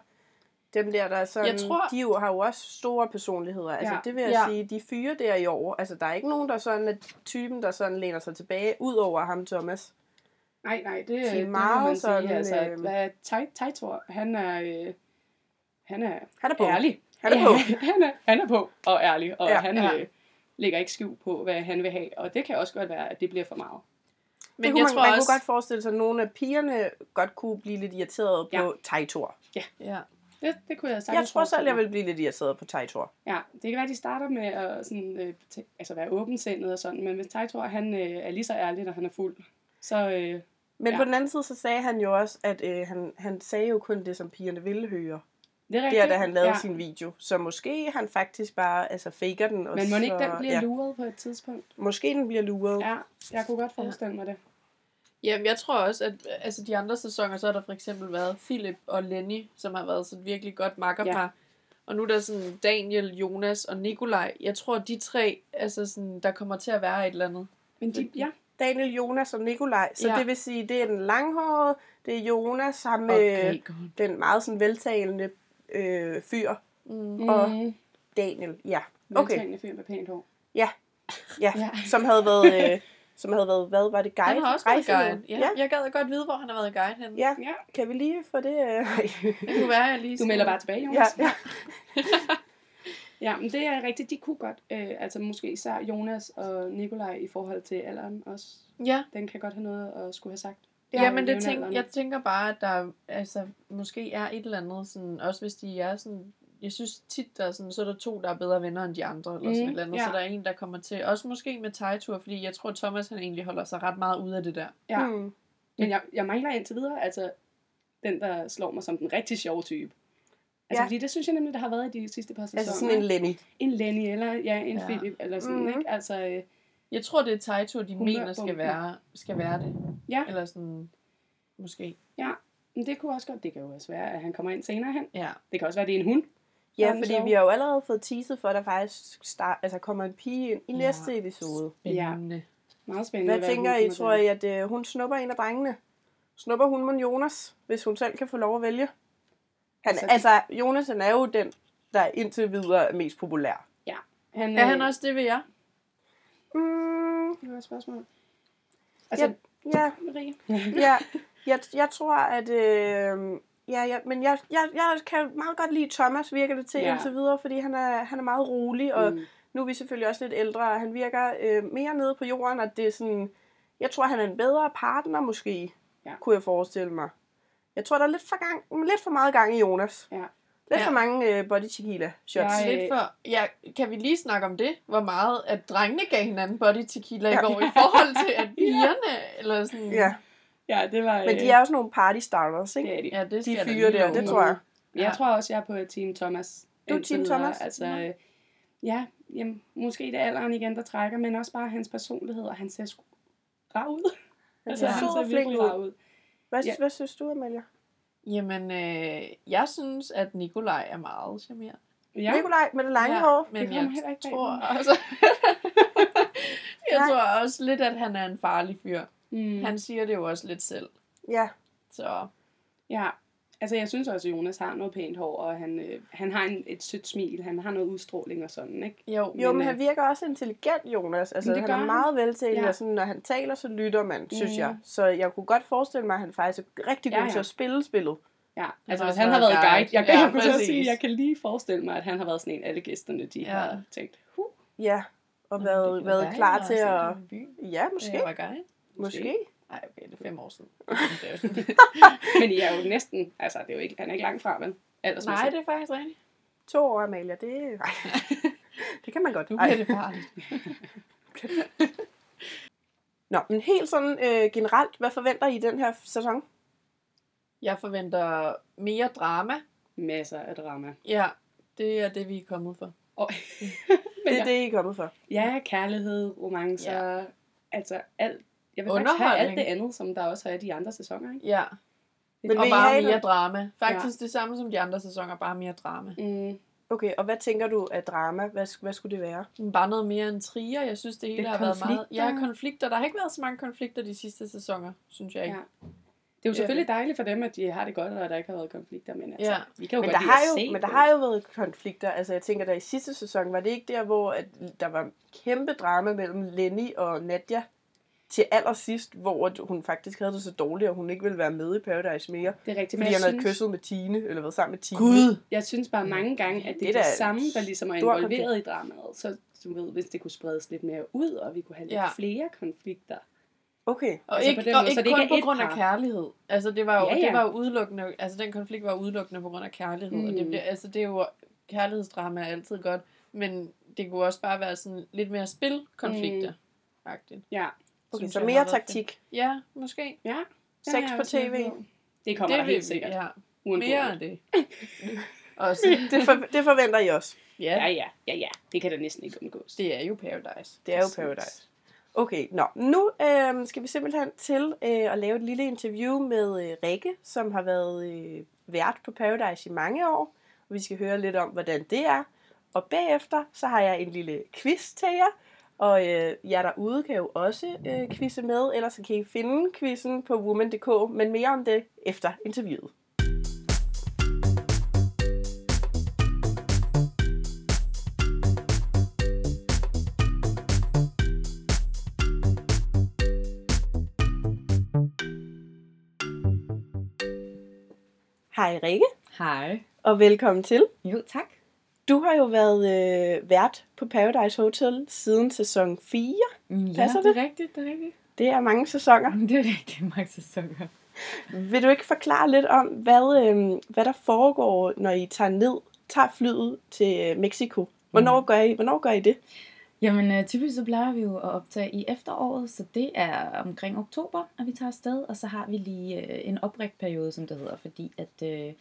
S1: Dem der, der er sådan,
S3: Jeg tror-
S1: de jo, har jo også store personligheder. Altså,
S2: Ja.
S1: det vil jeg
S3: Ja.
S1: sige, de fyre der i år, altså, der er ikke nogen, der er sådan er typen, der sådan læner sig tilbage, ud over ham, Thomas.
S2: Nej, nej, det,
S1: er
S2: det må
S1: meget
S2: man
S1: sådan,
S2: sige. Altså,
S1: øhm,
S2: at, hvad Tej- Tejtor, han er, øh, han er
S1: Han er på.
S2: ærlig.
S1: Han er på.
S2: Ja, han, er, han er på og ærlig, og
S1: Ja,
S2: ja, han
S3: ja.
S2: ja. Øh, lægger ikke skjul på, hvad han vil have. Og det kan også godt være, at det bliver for meget.
S1: Men det
S3: Men
S1: kunne
S3: jeg
S1: man,
S3: tror
S1: man
S3: også...
S1: kunne godt forestille sig, at nogle af pigerne godt kunne blive lidt irriteret
S2: Ja.
S1: på Tejtor.
S3: Ja.
S2: Det, det kunne jeg sagtens
S1: Jeg tror selv,
S2: forestille
S1: jeg
S2: mig.
S1: vil blive lidt irriteret på Tejtor.
S2: Ja, det kan være, at de starter med at sådan, øh, tæ- altså være åbensindet og sådan, men hvis Tejtor, han øh, er lige så ærlig, når han er fuld, så øh,
S1: Men ja.
S2: Ja.
S1: på den anden side, så sagde han jo også, at øh, han, han sagde jo kun det, som pigerne ville høre.
S2: det er rigtigt.
S1: Der, da han lavede
S2: ja.
S1: ja. sin video. Så måske han faktisk bare altså, faker den. Og
S2: Men må ikke
S1: så,
S2: den bliver ja. luret på et tidspunkt?
S1: Måske den bliver luret. Ja.
S2: Ja, jeg kunne godt forestille mig det.
S3: Jamen, jeg tror også, at øh, altså, de andre sæsoner, så har der for eksempel været Philip og Lenny, som har været sådan et virkelig godt makkerpar. Ja. Og nu er der sådan Daniel, Jonas og Nikolaj. Jeg tror, de tre, altså sådan, der kommer til at være et eller andet.
S2: Men de, ja,
S1: Daniel, Jonas og Nikolaj. Så
S3: Ja.
S1: ja. det vil sige, det er den langhårede, det er Jonas sammen med okay. den meget sådan, veltalende øh, fyr.
S3: Mm.
S1: Og-
S2: mm,
S1: Daniel, ja.
S2: okay.
S1: Okay,
S2: Veltagende fyr med pænt hår.
S1: ja.
S2: Ja.
S1: Som havde været... Øh, som havde været, hvad var det, guide?
S3: Han har også været
S1: Rejseleder?
S3: guide. Ja. ja. Jeg gad godt vide, hvor han har været guide henne.
S1: ja.
S2: Ja,
S1: Kan vi lige få det? øh?
S3: Det kunne være, at jeg lige
S2: du melder bare tilbage,
S1: ja,
S2: Jonas.
S1: ja.
S2: ja men det er rigtigt, de kunne godt. Øh, altså måske især Jonas og Nikolaj i forhold til alderen også.
S3: Ja,
S2: Den kan godt have noget at skulle have sagt.
S3: ja, ja men det
S2: jævnaldrende.
S3: tænk, jeg tænker bare, at der altså, måske er et eller andet, sådan, også hvis de er sådan, jeg synes tit, der er sådan, så er der to, der er bedre venner end de andre, eller mm, sådan
S2: Mm,
S3: et eller andet, ja.
S2: ja.
S3: så der er en, der kommer til, også måske med Tejtur, fordi jeg tror, Thomas han egentlig holder sig ret meget ude af det der.
S2: Ja.
S1: Mm.
S2: Men jeg, jeg mangler indtil videre, altså den, der slår mig som den rigtig sjove type. Altså,
S1: Ja.
S2: ja. fordi det synes jeg nemlig, der har været i de sidste par sæsoner.
S1: Altså sådan en Lenny.
S2: en Lenny, eller ja, en
S3: Ja.
S2: ja. Philip, eller sådan,
S1: Mhm.
S2: mm-hmm. ikke? Altså, øh,
S3: Jeg tror, det er Tejtur, de
S2: Humørbomben.
S3: mener skal være, skal være det.
S2: Ja.
S3: Eller sådan, måske.
S2: men det kunne også godt, det kan jo også være, at han kommer ind senere hen.
S3: Ja.
S2: Det kan også være, at det er en hund.
S1: Ja,
S2: Sådan
S1: fordi
S2: sjov.
S1: vi har jo allerede fået teaset for, at der faktisk start, altså kommer en pige ind i
S3: Ja.
S1: næste episode.
S3: Spændende.
S2: Meget spændende.
S1: Hvad tænker
S2: hun
S1: I?
S2: kommer
S1: Tror
S2: til.
S1: I, at øh, hun snupper en af drengene? Snupper hun mod Jonas, hvis hun selv kan få lov at vælge? Han, altså,
S2: Altså-
S1: altså, Jonas han er jo den, der indtil videre er mest populær.
S2: Han, øh,
S3: Ja. Er han også det ved jer?
S1: Mm,
S2: Det var et spørgsmål. Altså, ja.
S1: ja,
S2: Marie?
S1: ja. Jeg, jeg tror, at... Øh, ja, ja, men jeg, jeg, jeg kan meget godt lide Thomas, virker det til ja.
S2: Ja.
S1: indtil videre, fordi han er, han er meget rolig, og
S2: Mm.
S1: Nu er vi selvfølgelig også lidt ældre, og han virker øh, mere nede på jorden, og det er sådan... Jeg tror, han er en bedre partner måske, ja.
S2: Ja.
S1: kunne jeg forestille mig. Jeg tror, der er lidt for, gang, lidt for meget gang i Jonas.
S2: Ja.
S1: Lidt
S3: Ja.
S1: for mange øh, body tequila shots.
S2: Jeg-
S1: Ja.
S2: Ej.
S3: Lidt før. Ja, kan vi lige snakke om det? Hvor meget, at drengene gav hinanden body tequila i
S1: Ja.
S3: går, i forhold til, at pigerne, eller sådan...
S1: ja.
S2: Ja, det var...
S1: Men
S2: øh,
S1: de er også nogle party starters, ikke?
S2: det er de.
S3: Ja, det skal
S1: De
S3: jeg da
S1: fyre
S3: lige
S1: der,
S3: love.
S1: det tror jeg.
S2: Men Jeg tror også, jeg er på Team Thomas.
S1: Du er
S2: indtil
S1: team
S2: videre.
S1: Thomas?
S2: Altså,
S1: Nå.
S2: øh, ja, jamen, måske det er alderen igen, der trækker, men også bare hans personlighed, og han ser sgu rar ud.
S1: Han
S2: Altså,
S1: ser
S3: Ja.
S2: han
S1: så
S2: ser
S1: flink
S2: virkelig rar
S1: ud.
S2: ud.
S1: Hvad,
S2: Ja.
S1: hvad synes du, Amalie?
S3: Jamen, øh, jeg synes, at Nikolaj er meget charmerende.
S2: Ja,
S1: Ja. Nikolaj med det lange ja. hår.
S3: men
S2: kommer heller
S3: jeg
S2: ikke bag
S3: tror
S2: på
S3: også... jeg
S1: Nej.
S3: tror også lidt, at han er en farlig fyr.
S2: mm,
S3: Han siger det jo også lidt selv.
S1: Ja.
S3: Så
S2: ja. Altså, jeg synes også, at Jonas har noget pænt hår, og han, øh, han har en, et sødt smil, han har noget udstråling og sådan, ikke?
S3: jo,
S1: Jo, men
S2: øh,
S1: han virker også intelligent, Jonas. Altså,
S2: Men det
S1: han
S2: gør
S1: er
S2: han.
S1: meget veltalende,
S2: Ja.
S1: og sådan, når han taler, så lytter man, synes
S2: Mm.
S1: jeg. Så jeg kunne godt forestille mig, at han faktisk er rigtig god
S2: Ja,
S1: ja, ja.
S2: ja.
S1: til at spille spillet.
S2: Ja,
S3: har
S2: altså hvis
S3: også
S2: han har
S3: været
S2: været
S3: guide.
S2: guide, jeg, kan,
S3: Ja,
S2: jeg, kunne så
S3: præcis.
S2: sige, jeg kan lige forestille mig, at han har været sådan en, alle gæsterne, de
S3: Ja.
S2: ja. har tænkt, huh,
S1: Ja, og
S3: Nå, det
S1: været,
S3: kan
S1: været
S3: være,
S1: klar
S3: jeg har
S1: til
S3: set
S1: at...
S3: ham i byen, da
S1: Ja, måske.
S3: Jeg var guide.
S1: måske.
S3: Nej, okay, det er fem år siden.
S2: men I er jo næsten, altså det er jo ikke, han er ikke langt fra, vel?
S3: Nej,
S2: Aldersmæssigt.
S3: det er faktisk rigtigt.
S1: To år, Amalia, det... Ej. det kan man godt.
S3: Nu
S1: Ej.
S3: bliver det farligt.
S1: Nå, men helt sådan øh, generelt, hvad forventer I i den her sæson?
S3: Jeg forventer mere drama,
S2: masser af drama.
S3: Ja, det er det, vi er kommet for.
S2: Og, men
S1: Det er
S2: jeg,
S1: det, I er kommet for.
S2: ja, kærlighed, romancer, ja. altså alt. Jeg vil faktisk have alt
S3: Underholdning.
S2: det andet, som der også er i de andre sæsoner, ikke?
S3: Ja,
S1: Men
S3: og
S1: vil I
S3: bare
S1: have
S3: mere
S1: det?
S3: drama. Faktisk det samme som de andre sæsoner, bare mere drama.
S2: Mm,
S1: Okay, og hvad tænker du af drama? Hvad, sk- hvad skulle det være?
S3: Men Bare noget mere end trier. Jeg synes, det hele
S2: Lidt
S3: har været meget...
S2: konflikter.
S3: Ja, konflikter. Der har ikke været så mange konflikter de sidste sæsoner, synes jeg ikke.
S2: ja. Det er jo selvfølgelig dejligt for dem, at de har det godt, og at der ikke har været konflikter, men altså,
S3: Ja.
S2: vi kan jo
S1: Men
S2: godt
S1: der,
S2: lide
S1: har
S2: at
S1: jo,
S2: se
S1: men
S2: det.
S1: der har jo været konflikter. Altså, jeg tænker, der i sidste sæson, var det ikke der, hvor at der var kæmpe drama mellem Lenny og Nadia til allersidst, hvor at hun faktisk havde det så dårligt, og hun ikke ville være med i Paradise mere,
S2: Det er rigtigt, men
S1: fordi
S2: jeg
S1: han havde
S2: synes,
S1: kysset med Tine, eller været sammen med Tine.
S2: jeg synes bare mange gange, at det,
S1: Det
S2: det er
S1: er da
S2: det samme, der ligesom er
S1: stor konflikt.
S2: involveret i dramaet. Så du ved, hvis det kunne spredes lidt mere ud, og vi kunne have lidt
S3: Ja.
S2: flere konflikter.
S1: Okay.
S3: Og
S2: Altså,
S3: altså ikke,
S2: på den
S3: og
S2: måde, så
S3: ikke
S2: det
S3: kun
S2: ikke er
S3: på
S2: et
S3: grund af
S2: par.
S3: kærlighed. Altså, det var jo,
S2: Ja,
S3: ja,
S2: ja.
S3: ja. det var jo udelukkende, altså den konflikt var udelukkende på grund af kærlighed. Mm. Og det,
S2: Mm.
S3: bliver- altså, det er jo, kærlighedsdrama er altid godt, men det kunne også bare være sådan lidt mere spilkonflikter. Mm. Faktisk.
S2: Ja,
S1: Okay,
S3: Synes
S1: så
S3: jeg
S1: mere
S3: har været
S1: taktik.
S3: Ja, måske.
S2: ja.
S1: Sex
S2: Den er jeg
S1: på
S2: også med
S1: TV.
S2: på. Det kommer det der
S3: det
S2: helt
S3: vil vi,
S2: sikkert.
S3: ja.
S2: uundgåeligt.
S3: Mere af det. også.
S1: Det, for, det forventer I også.
S2: Ja,
S3: Ja,
S2: ja, ja, ja. Det kan da næsten ikke undgås.
S3: det er jo Paradise.
S1: Det er jo Paradise. Okay, nå. Nu øh, skal vi simpelthen til øh, at lave et lille interview med øh, Rikke, som har været øh, vært på Paradise i mange år. Og vi skal høre lidt om, hvordan det er. Og bagefter, så har jeg en lille quiz til jer. Og øh, jer derude kan jo også øh, quizze med, eller så kan I finde quizzen på woman.dk, men mere om det efter interviewet. Hej Rikke,
S4: Hej.
S1: og velkommen til.
S4: Jo, tak.
S1: Du har jo været øh, vært på Paradise Hotel siden sæson 4.
S4: Mm, Ja,
S1: Passer
S4: det? er rigtigt, det er rigtigt.
S1: Det er mange sæsoner.
S4: Mm, Det er rigtigt, mange sæsoner.
S1: Vil du ikke forklare lidt om, hvad, øhm, hvad der foregår, når I tager ned, tager flyet til øh, Mexico? Hvornår, gør I, hvornår gør I det?
S4: Jamen, øh, typisk så plejer vi jo at optage i efteråret, så det er omkring oktober, at vi tager afsted, og så har vi lige øh, en oprigtperiode, som det hedder, fordi at øh,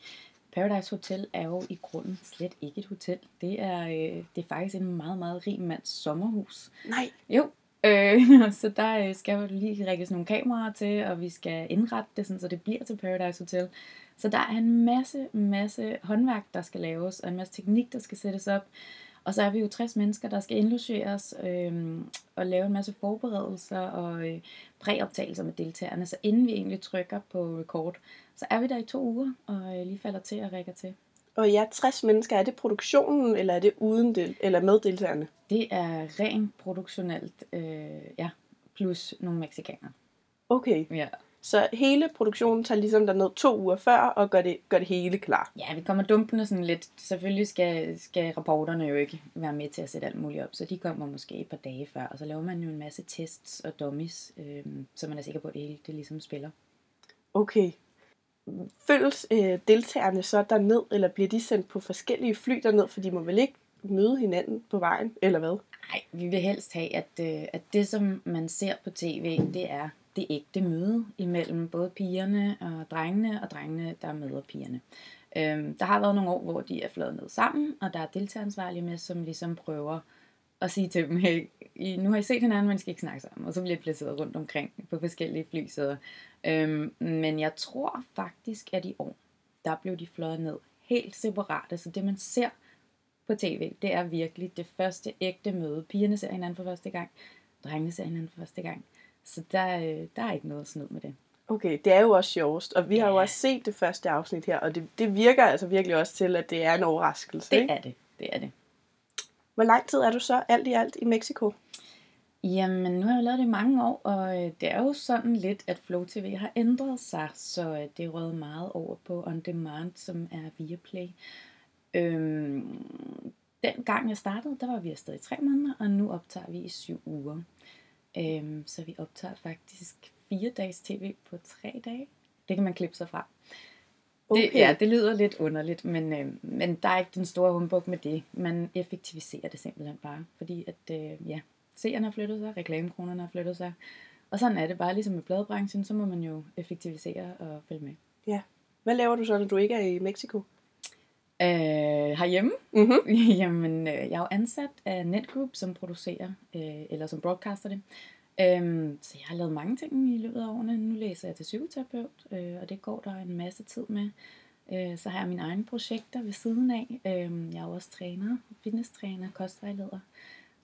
S4: Paradise Hotel er jo i grunden slet ikke et hotel. Det er, øh, det er faktisk en meget, meget rig mands sommerhus.
S1: Nej.
S4: Jo, øh, så der øh, skal jo lige rækkes nogle kameraer til, og vi skal indrette det, sådan, så det bliver til Paradise Hotel. Så der er en masse, masse håndværk, der skal laves, og en masse teknik, der skal sættes op. Og så er vi jo 60 mennesker, der skal indlogeres øh, og lave en masse forberedelser og øh, præoptagelser med deltagerne. Så inden vi egentlig trykker på record, så er vi der i to uger og øh, lige falder til og rækker til.
S1: Og jeg er 60 mennesker. Er det produktionen, eller er det uden del, eller med deltagerne?
S4: Det er rent produktionelt, øh, ja, plus nogle mexikanere.
S1: Okay.
S4: Ja.
S1: Så hele produktionen tager ligesom derned to uger før, og gør det, gør det hele klar.
S4: Ja, vi kommer dumpende sådan lidt. Selvfølgelig skal, skal rapporterne jo ikke være med til at sætte alt muligt op, så de kommer måske et par dage før, og så laver man jo en masse tests og dummies, øh, så man er sikker på, at det hele det ligesom spiller.
S1: Okay. Følges øh, deltagerne så derned, eller bliver de sendt på forskellige fly derned, for de må vel ikke møde hinanden på vejen, eller hvad?
S4: Nej, vi vil helst have, at, øh, at det, som man ser på tv, det er det ægte møde imellem både pigerne og drengene, og drengene, der møder pigerne. Øhm, der har været nogle år, hvor de er flået ned sammen, og der er deltageransvarlige med, som ligesom prøver at sige til dem, hey, I, nu har I set hinanden, men I skal ikke snakke sammen. Og så bliver de placeret rundt omkring på forskellige flysæder. Øhm, men jeg tror faktisk, at i år, der blev de fløjet ned helt separate, så det man ser på tv, det er virkelig det første ægte møde. Pigerne ser hinanden for første gang, drengene ser hinanden for første gang. Så der, øh, der er ikke noget snyd med det.
S1: Okay, det er jo også sjovest, og vi har jo
S4: Ja.
S1: også set det første afsnit her, og det, det virker altså virkelig også til, at det er en overraskelse.
S4: Det
S1: ikke?
S4: er det, det er det.
S1: Hvor lang tid er du så alt i alt i Mexico?
S4: Jamen, nu har jeg jo lavet det i mange år, og øh, det er jo sådan lidt, at Flow TV har ændret sig, så øh, det er røget meget over på On Demand, som er Viaplay. Øhm, den gang jeg startede, der var vi afsted i tre måneder, og nu optager vi i syv uger. Øhm, så vi optager faktisk fire dages tv på tre dage. Det kan man klippe sig fra. Det, ja, det lyder lidt underligt, men, øh, men der er ikke den store humbug med det. Man effektiviserer det simpelthen bare, fordi at, øh, ja, seerne har flyttet sig, reklamekronerne har flyttet sig. Og sådan er det bare, ligesom med pladebranchen, så må man jo effektivisere og følge med.
S1: Hvad laver du så, når du ikke er i Mexico?
S4: øh, herhjemme.
S1: Mm-hmm.
S4: Jamen, øh, jeg er jo ansat af Netgroup, som producerer, øh, eller som broadcaster det. Øhm, så jeg har lavet mange ting i løbet af årene. Nu læser jeg til psykoterapeut, øh, og det går der en masse tid med. Øh, så har jeg mine egne projekter ved siden af. Øhm, jeg er jo også træner, fitnesstræner, kostvejleder,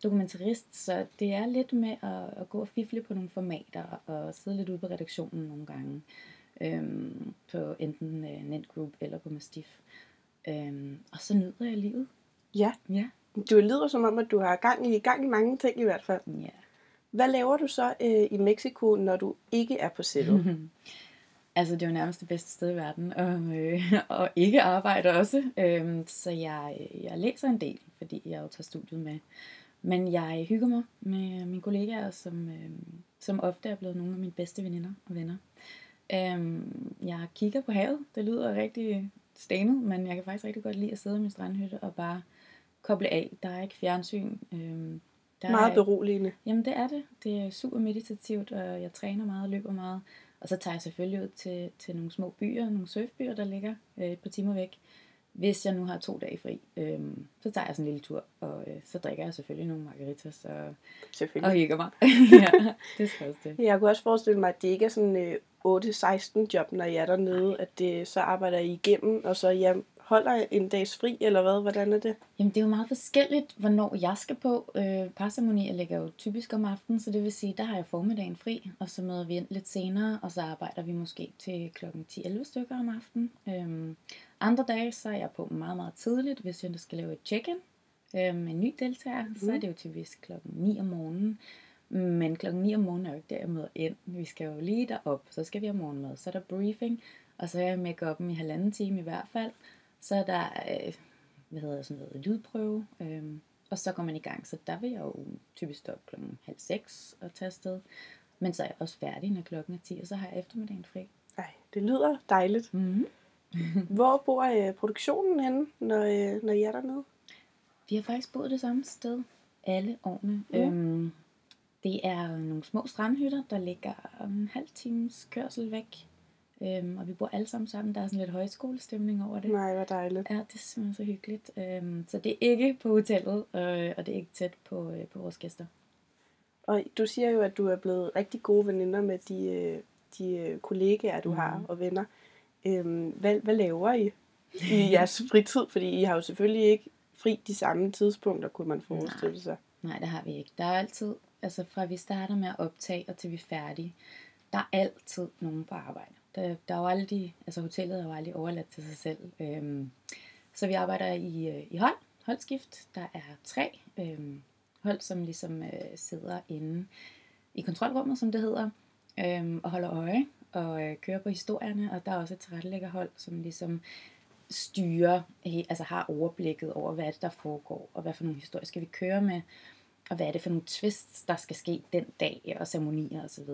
S4: dokumentarist, så det er lidt med at, at gå og fifle på nogle formater og sidde lidt ude på redaktionen nogle gange. Øhm, på enten øh, Netgroup eller på Mastiff. Øhm, og så nyder jeg livet.
S1: Ja.
S4: Ja.
S1: Du lyder som om, at du har gang i, gang i mange ting i hvert fald.
S4: Ja.
S1: Hvad laver du så øh, i Mexico, når du ikke er på sættet?
S4: Mhm. altså, det er jo nærmest det bedste sted i verden, og, øh, og ikke arbejde også. Øhm, så jeg, jeg læser en del, fordi jeg jo tager studiet med. Men jeg hygger mig med mine kollegaer, som, øh, som ofte er blevet nogle af mine bedste veninder og venner. Øhm, jeg kigger på havet. Det lyder rigtig stenet, men jeg kan faktisk rigtig godt lide at sidde i min strandhytte og bare koble af. Der er ikke fjernsyn. Øhm, der
S1: Meget
S4: er,
S1: beroligende.
S4: Jamen det er det. Det er super meditativt, og jeg træner meget og løber meget. Og så tager jeg selvfølgelig ud til, til nogle små byer, nogle surfbyer, der ligger øh, et par timer væk. Hvis jeg nu har to dage fri, øh, så tager jeg sådan en lille tur, og øh, så drikker jeg selvfølgelig nogle margaritas og, og
S1: Selvfølgelig.
S4: hygger mig. ja, det skal også det.
S1: Jeg kunne også forestille mig, at det ikke er sådan øh, 8-16 job, når jeg er dernede, at det, så arbejder I igennem, og så jeg holder en dags fri, eller hvad? Hvordan er det?
S4: Jamen, det er jo meget forskelligt, hvornår jeg skal på. Øh, parceremonier ligger jo typisk om aftenen, så det vil sige, der har jeg formiddagen fri, og så møder vi ind lidt senere, og så arbejder vi måske til kl. 10-11 stykker om aftenen. Øhm, andre dage, så er jeg på meget, meget tidligt, hvis jeg skal lave et check-in øh, med en ny deltager, mm. så er det jo typisk kl. 9 om morgenen. Men kl. 9 om morgenen er jo ikke der, jeg møder ind. Vi skal jo lige derop, så skal vi have morgenmad, så er der briefing, og så er jeg make i halvanden time i hvert fald. Så er der, øh, hvad hedder sådan noget, lydprøve, øh, og så går man i gang. Så der vil jeg jo typisk stoppe kl. halv seks og tage afsted. Men så er jeg også færdig, når klokken er 10, og så har jeg eftermiddagen fri.
S1: Ej, det lyder dejligt.
S4: Mm-hmm.
S1: Hvor bor øh, produktionen henne, når, øh, når I er dernede?
S4: Vi har faktisk boet det samme sted alle årene.
S1: Ja.
S4: Ja. Øhm, det er nogle små strandhytter, der ligger en halv times kørsel væk. Øhm, og vi bor alle sammen sammen. Der er sådan lidt højskolestemning over det.
S1: Nej, hvor dejligt.
S4: Ja, det er simpelthen så hyggeligt. Øhm, så det er ikke på hotellet, øh, og det er ikke tæt på, øh, på vores gæster.
S1: Og du siger jo, at du er blevet rigtig gode veninder med de, øh, de øh, kollegaer, du mm. har og venner. Øhm, hvad, hvad laver I i jeres fritid? Fordi I har jo selvfølgelig ikke fri de samme tidspunkter, kunne man forestille sig.
S4: Nej, det har vi ikke. Der er altid, altså fra vi starter med at optage og til vi er færdige, der er altid nogen på arbejde. Der, der er jo aldrig, altså hotellet er jo aldrig overladt til sig selv. Øhm, så vi arbejder i, øh, i hold, holdskift. Der er tre øhm, hold, som ligesom øh, sidder inde i kontrolrummet, som det hedder, øhm, og holder øje og øh, kører på historierne. Og der er også et tilrettelæggerhold, som ligesom styrer, he- altså har overblikket over, hvad er det, der foregår, og hvad for nogle historier skal vi køre med, og hvad er det for nogle twists, der skal ske den dag, og ceremonier osv.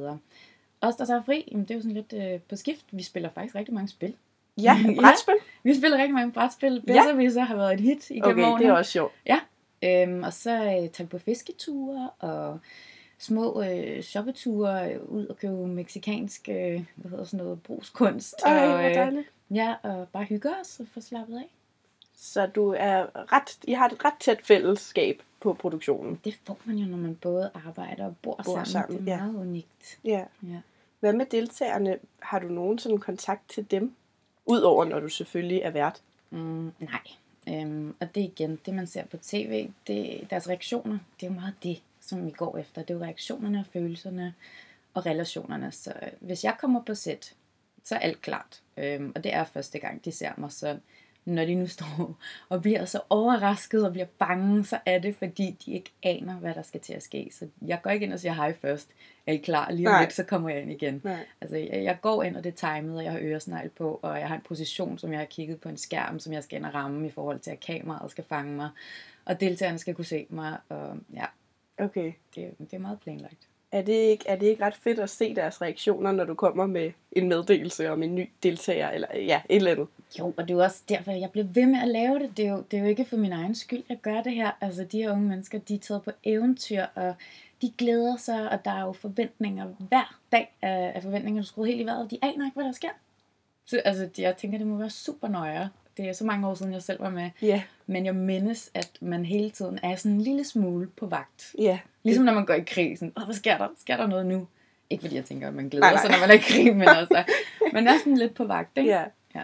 S4: Os, der så er fri, jamen, det er jo sådan lidt øh, på skift. Vi spiller faktisk rigtig mange spil.
S1: Ja,
S4: Ja.
S1: brætspil.
S4: Vi spiller rigtig mange brætspil.
S1: Ja.
S4: Besser vi så har været et hit igennem
S1: Okay,
S4: årene.
S1: det er også sjovt.
S4: Øhm, og så øh, tager vi på fisketure og små øh, shoppeture øh, ud og købe meksikansk, øh, hvad hedder sådan noget, brugskunst.
S1: Ej,
S4: og,
S1: hvor
S4: øh,
S1: dejligt.
S4: ja, og bare hygger os og få slappet af.
S1: Så du er ret, I har et ret tæt fællesskab på produktionen.
S4: Det får man jo, når man både arbejder og bor,
S1: Bor
S4: sammen.
S1: sammen,
S4: Det er
S1: ja.
S4: meget unikt.
S1: Ja.
S4: Ja.
S1: Hvad med deltagerne? Har du nogen sådan kontakt til dem? Udover når du selvfølgelig er vært.
S4: Mm, nej. Øhm, og det er igen, det man ser på tv, det, deres reaktioner, det er jo meget det, som vi går efter. Det er jo reaktionerne og følelserne og relationerne. Så øh, hvis jeg kommer på sæt, så er alt klart. Øhm, og det er første gang, de ser mig så når de nu står og bliver så overrasket og bliver bange, så er det, fordi de ikke aner, hvad der skal til at ske. Så jeg går ikke ind og siger hej først. Er I klar? Lige om
S1: Nej.
S4: lidt, så kommer jeg ind igen.
S1: Nej.
S4: Altså, jeg, jeg går ind, og det er timet, og jeg har øresnegl på, og jeg har en position, som jeg har kigget på en skærm, som jeg skal ind og ramme i forhold til, at kameraet skal fange mig, og deltagerne skal kunne se mig, og ja,
S1: Okay.
S4: det, det er meget planlagt.
S1: Er det, ikke, er det ikke ret fedt at se deres reaktioner, når du kommer med en meddelelse om en ny deltager, eller ja, et eller andet?
S4: Jo, og det er jo også derfor, jeg bliver ved med at lave det. Det er jo, det er jo ikke for min egen skyld, jeg gør det her. Altså, de her unge mennesker, de er taget på eventyr, og de glæder sig, og der er jo forventninger hver dag af, af forventninger, du skruer helt i vejret. De aner ikke, hvad der sker. Så altså, de- jeg tænker, det må være super nøje Det er så mange år siden, jeg selv var med.
S1: Ja,
S4: Men jeg mindes, at man hele tiden er sådan en lille smule på vagt.
S1: ja.
S4: Ligesom når man går i krig, sådan, Åh, hvad sker der? Sker der noget nu? Ikke fordi jeg tænker, at man glæder
S1: Nej, nej.
S4: sig, når man er i krig, men altså, man er sådan lidt på vagt, ikke?
S1: Ja.
S4: Ja.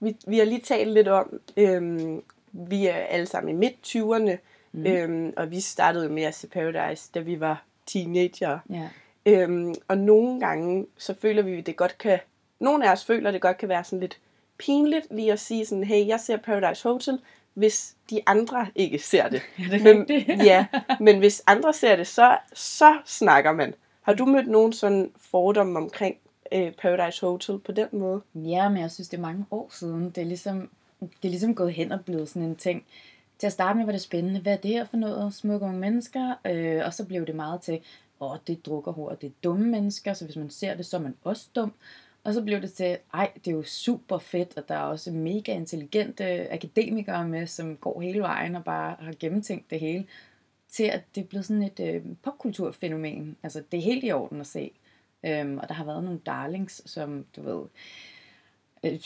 S1: Vi, vi har lige talt lidt om, øhm, vi er alle sammen i midt-20'erne,
S4: Mm.
S1: mm. øhm, og vi startede jo med at se Paradise, da vi var teenager.
S4: ja.
S1: Øhm, og nogle gange, så føler vi, at det godt kan, nogle af os føler, at det godt kan være sådan lidt pinligt lige at sige sådan, hey, jeg ser Paradise Hotel, hvis de andre ikke ser det.
S4: ja det er
S1: Men,
S4: rigtigt.
S1: ja, men hvis andre ser det, så, så snakker man. Har du mødt nogen sådan fordomme omkring øh, Paradise Hotel på den måde?
S4: Ja, men jeg synes, det er mange år siden. Det er ligesom, det er ligesom gået hen og blevet sådan en ting. Til at starte med var det spændende. Hvad er det her for noget? Smukke unge mennesker. Øh, og så blev det meget til, åh, det drukker hårdt, det er dumme mennesker, så hvis man ser det, så er man også dum. Og så blev det til, ej, det er jo super fedt, og der er også mega intelligente akademikere med, som går hele vejen og bare har gennemtænkt det hele, til at det er blevet sådan et øh, popkulturfænomen. Altså, det er helt i orden at se. Øhm, og der har været nogle darlings, som du ved, øh, jeg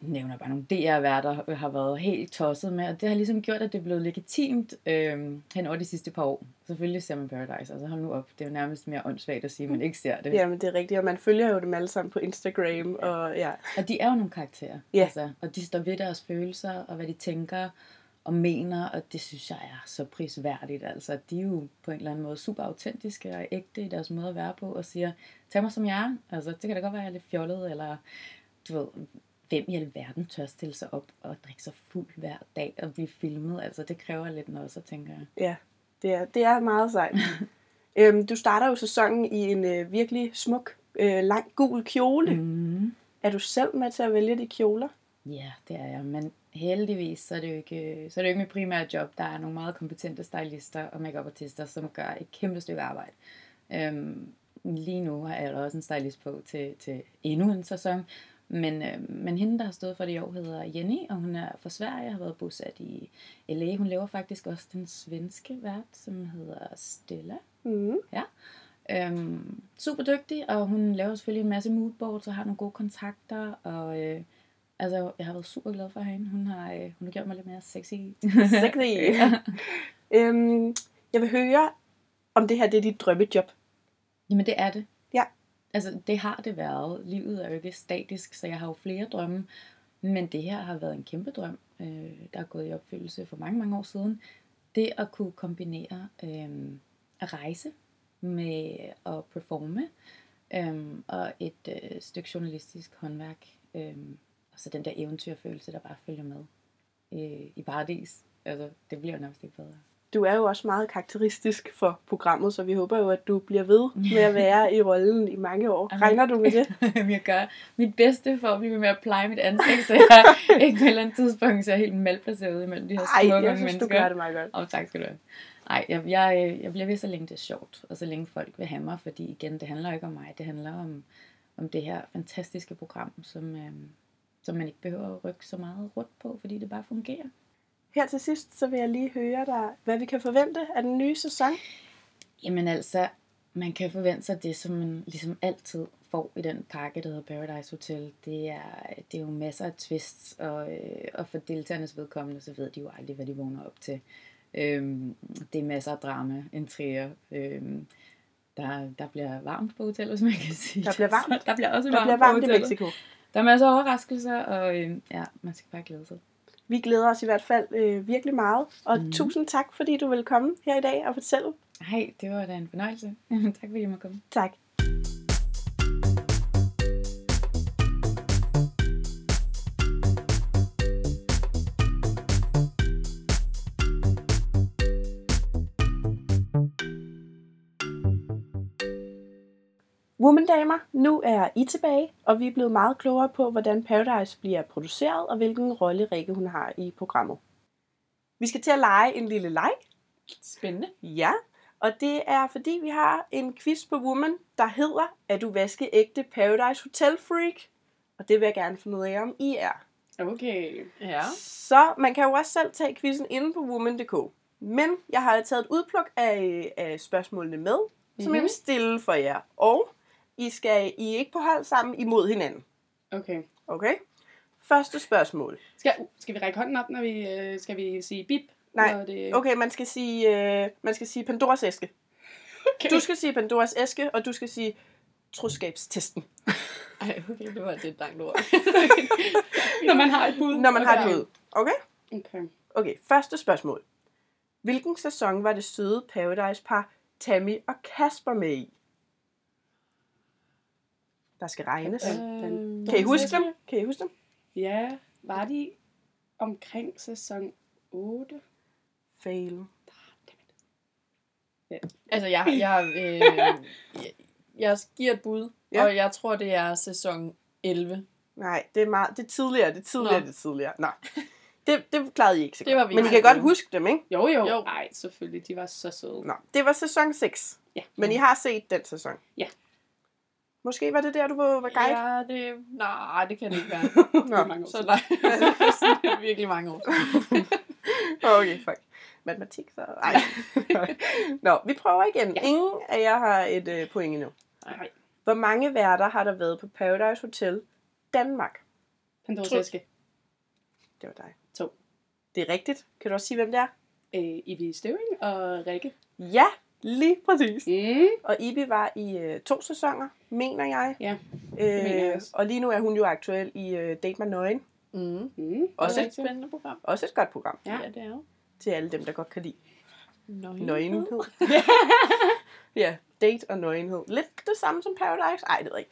S4: nævner bare nogle DR-værter, øh, har været helt tosset med, og det har ligesom gjort, at det er blevet legitimt øh, hen over de sidste par år. Selvfølgelig ser man Paradise, altså hold nu op, det er jo nærmest mere åndssvagt at sige, at man ikke ser det.
S1: Jamen, det er rigtigt, og man følger jo dem alle sammen på Instagram, og ja.
S4: Og de er jo nogle karakterer.
S1: Ja.
S4: Altså, og de står ved deres følelser, og hvad de tænker og mener, og det synes jeg er så prisværdigt. Altså, de er jo på en eller anden måde super autentiske og ægte i deres måde at være på, og siger, tag mig som jeg er. Altså, det kan da godt være, at jeg er lidt fjollet, eller du ved, hvem i alverden tør stille sig op og drikke sig fuld hver dag og blive filmet. Altså, det kræver lidt noget, så tænker jeg.
S1: Det er, det er meget sejt. øhm, du starter jo sæsonen i en øh, virkelig smuk, øh, lang, gul kjole. Mm.
S4: Mm.
S1: Er du selv med til at vælge de kjoler?
S4: Ja, det er jeg, men heldigvis så er, det jo ikke, så er det jo ikke mit primære job. Der er nogle meget kompetente stylister og makeup artister, som gør et kæmpe stykke arbejde. Øhm, lige nu har jeg da også en stylist på til, til endnu en sæson. Men, øh, men hende, der har stået for det i år, hedder Jenny, og hun er fra Sverige, har været bosat i LA. Hun laver faktisk også den svenske vært, som hedder Stella.
S1: Mm.
S4: Øhm, super dygtig, og hun laver selvfølgelig en masse moodboards og har nogle gode kontakter, og øh, altså, jeg har været super glad for hende. Hun har, øh, hun har gjort mig lidt mere sexy.
S1: Sexy. øhm, jeg vil høre, om det her det er dit drømmejob.
S4: Jamen, det er det.
S1: Ja.
S4: Altså, det har det været. Livet er jo ikke statisk, så jeg har jo flere drømme, men det her har været en kæmpe drøm, øh, der er gået i opfyldelse for mange, mange år siden. Det at kunne kombinere øh, at rejse med at performe, øhm, og et øh, stykke journalistisk håndværk, øhm, og så den der eventyrfølelse, der bare følger med øh, i paradis. Altså, det bliver jo nærmest ikke bedre.
S1: Du er jo også meget karakteristisk for programmet, så vi håber jo, at du bliver ved med at være i rollen i mange år.
S4: Amen.
S1: Regner du med det?
S4: Jamen, jeg gør mit bedste for at blive ved med at pleje mit ansigt, så jeg ikke på et eller andet tidspunkt ser helt malplaceret ud imellem de her
S1: Ej,
S4: smukke unge
S1: jeg synes,
S4: mennesker.
S1: du gør det meget godt.
S4: Åh, oh, tak skal du have. Ej, jeg, jeg, øh, jeg bliver ved så længe det er sjovt, og så længe folk vil have mig, fordi igen, det handler ikke om mig, det handler om, om det her fantastiske program, som, øh, som man ikke behøver at rykke så meget rundt på, fordi det bare fungerer.
S1: Her til sidst, så vil jeg lige høre dig, hvad vi kan forvente af den nye sæson.
S4: Jamen altså, man kan forvente sig det, som man ligesom altid får i den pakke, der hedder Paradise Hotel. Det er, det er jo masser af twists, og, øh, og for deltagernes vedkommende, så ved de jo aldrig, hvad de vågner op til. Øhm, det er masser af drama, intriger. Øhm, der, der bliver varmt på hotellet, hvis man kan sige
S1: Der
S4: det.
S1: bliver varmt.
S4: Så Der bliver også
S1: Der
S4: varmt,
S1: bliver
S4: på
S1: varmt i
S4: hotellet.
S1: Mexico.
S4: Der er masser af overraskelser, og øh, ja, man skal bare glæde sig.
S1: Vi glæder os i hvert fald øh, virkelig meget, og
S4: Mhm.
S1: mm. tusind tak, fordi du vil komme her i dag og fortælle.
S4: Hej, det var da en fornøjelse. tak fordi jeg måtte komme.
S1: Tak. Womandamer, nu er I tilbage, og vi er blevet meget klogere på, hvordan Paradise bliver produceret, og hvilken rolle Rikke hun har i programmet. Vi skal til at lege en lille leg,
S3: Spændende.
S1: Ja, og det er fordi vi har en quiz på Woman, der hedder Er du vaskeægte Paradise Hotel Freak? Og det vil jeg gerne finde ud af, om I er.
S2: Okay.
S3: Ja.
S1: Så man kan jo også selv tage quizzen inde på woman.dk. Men jeg har taget et udpluk af, af spørgsmålene med, som mm-hmm. jeg
S2: Mhm.
S1: vil stille for jer. Og I skal I er ikke på hold sammen imod hinanden.
S2: Okay.
S1: Okay? Første spørgsmål.
S2: Skal, skal vi række hånden op, når vi øh, skal vi sige bip?
S1: Nej,
S2: Når det,
S1: Okay, man skal sige, øh, man skal sige Pandoras æske.
S2: okay.
S1: Du skal sige Pandoras æske, og du skal sige troskabstesten,
S3: Ej, okay, det var lidt langt ord.
S2: når man har et bud.
S1: når man har
S2: Okay.
S1: det ud. Okay?
S2: Okay.
S1: Okay, første spørgsmål. Hvilken sæson var det søde Paradise-par Tammy og Kasper med i? Der skal regnes.
S3: Øh,
S2: Ja.
S1: Kan I huske dem? Kan I huske dem?
S2: Ja, var de omkring sæson 8?
S1: Fail.
S3: Altså, jeg, jeg, øh, jeg, jeg giver et bud,
S1: Ja.
S3: ja. og jeg tror, det er sæson 11.
S1: Nej, det er meget, det er tidligere, det er tidligere,
S3: Nå.
S1: det er tidligere. Nej, det, det klarede I ikke så
S3: Det var
S1: godt.
S3: vi
S1: Men I
S3: ikke
S1: kan
S3: så
S1: godt
S3: gode.
S1: huske dem, ikke?
S2: Jo, jo.
S3: Jo.
S2: Nej, selvfølgelig. De var så søde.
S1: Nå, det var sæson 6.
S2: Ja.
S1: Men I har set den sæson?
S2: Ja.
S1: Måske var det der, du var, var guide?
S3: Ja, det, nej, det kan det ikke være.
S2: Det er
S1: Nå,
S2: mange år
S3: Så
S2: siden.
S3: nej, det er virkelig mange år. siden.
S1: okay, fuck. Matematik, så... Ej. Nå, vi prøver igen.
S2: Ja.
S1: Ingen af jer har et øh, point endnu.
S2: Nej,
S1: Hvor mange værter har der været på Paradise Hotel Danmark?
S2: Pandoras
S3: Tryk.
S2: æske.
S1: Det var dig.
S2: To.
S1: Det er rigtigt. Kan du også sige, hvem det er?
S2: Øh, Ibi Støving og Rikke.
S1: Ja, lige præcis.
S2: Mm.
S1: Og Ibi var i øh, to sæsoner, mener jeg.
S2: Ja,
S1: øh,
S2: mener jeg også.
S1: Og lige nu er hun jo aktuel i øh, Date mig nøgen.
S3: Mm.
S2: Mm.
S1: Også
S3: Også et
S1: et,
S3: spændende program.
S1: også et godt program
S2: Ja.
S3: Ja, det er jo.
S1: til alle dem, der godt kan lide
S3: Nøgenhed.
S1: nøgenhed. ja, date og nøgenhed. Lidt det samme som Paradise. Ej, det ved jeg ikke.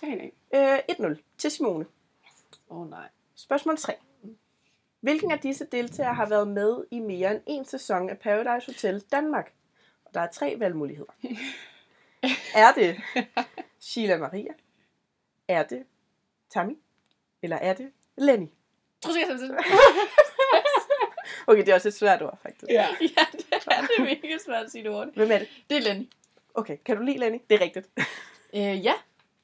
S2: Fan af.
S1: Øh, 1-0 til Simone.
S3: Åh oh, nej.
S1: Spørgsmål 3. Hvilken af disse deltagere har været med i mere end en sæson af Paradise Hotel Danmark? Og der er tre valgmuligheder. Er det Sheila Maria? Er det Tammy? Eller er det Lenny?
S3: Tror jeg, det
S1: Okay, det er også et svært ord, faktisk.
S2: Ja.
S3: Ja, det er det virkelig svært at sige det hurtigt.
S1: Hvem er det?
S3: Det er Lenny.
S1: Okay, kan du lide Lenny? Det er rigtigt.
S3: Øh, ja,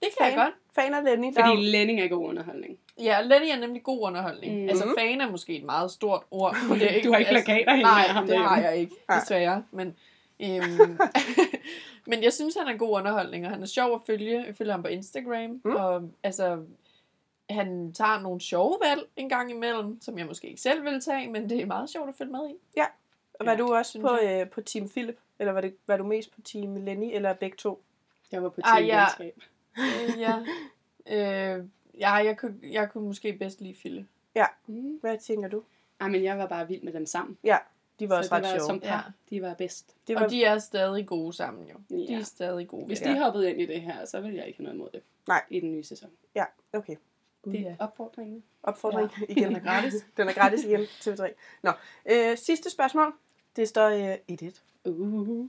S3: det kan jeg
S1: Fan.
S3: godt.
S1: Fan af Lenny.
S2: Fordi
S1: der...
S2: Lenning er god underholdning.
S3: Ja, Lenny er nemlig god underholdning.
S2: Mm.
S3: Mm. Altså, fan er måske et meget stort ord. men Det er altså,
S2: Du har ikke plakater hængende af
S3: Nej,
S2: ham
S3: det
S2: derhjemme.
S3: har jeg ikke,
S1: Nej.
S3: desværre. Men, øhm, men jeg synes, han er god underholdning, og han er sjov at følge. Jeg følger ham på Instagram,
S1: Mm.
S3: mm. og altså, han tager nogle sjove valg en gang imellem, som jeg måske ikke selv vil tage, men det er meget sjovt at følge med i.
S1: Var du også
S3: synes
S1: på, øh, på Team Philip? Eller var, det, var du mest på Team Lenny, eller begge to?
S2: Jeg var på
S3: Ah,
S2: team
S3: ja.
S2: venskab.
S3: Øh, ja. Øh, ja, jeg kunne, jeg kunne måske bedst lide Fille.
S2: Mm.
S1: Hvad tænker du?
S2: Ah, men jeg var bare vild med dem sammen.
S1: De var også
S2: så det
S1: ret
S2: var
S1: sjove.
S2: som par.
S3: Ja.
S2: De var bedst.
S1: Det var...
S3: Og de er stadig gode sammen jo. Ja. De
S2: Ja.
S3: er stadig gode
S2: Hvis
S3: venner.
S2: de hoppede ind i det her, så ville jeg ikke have noget imod det.
S1: Nej.
S2: I den nye sæson.
S1: Okay.
S2: Det er
S3: Ja.
S2: opfordringen.
S1: Opfordring ja. igen.
S3: Den er gratis.
S1: Den er gratis igen, TV3. Nå, øh, sidste spørgsmål. Det står øh, 1-1.
S2: Uh.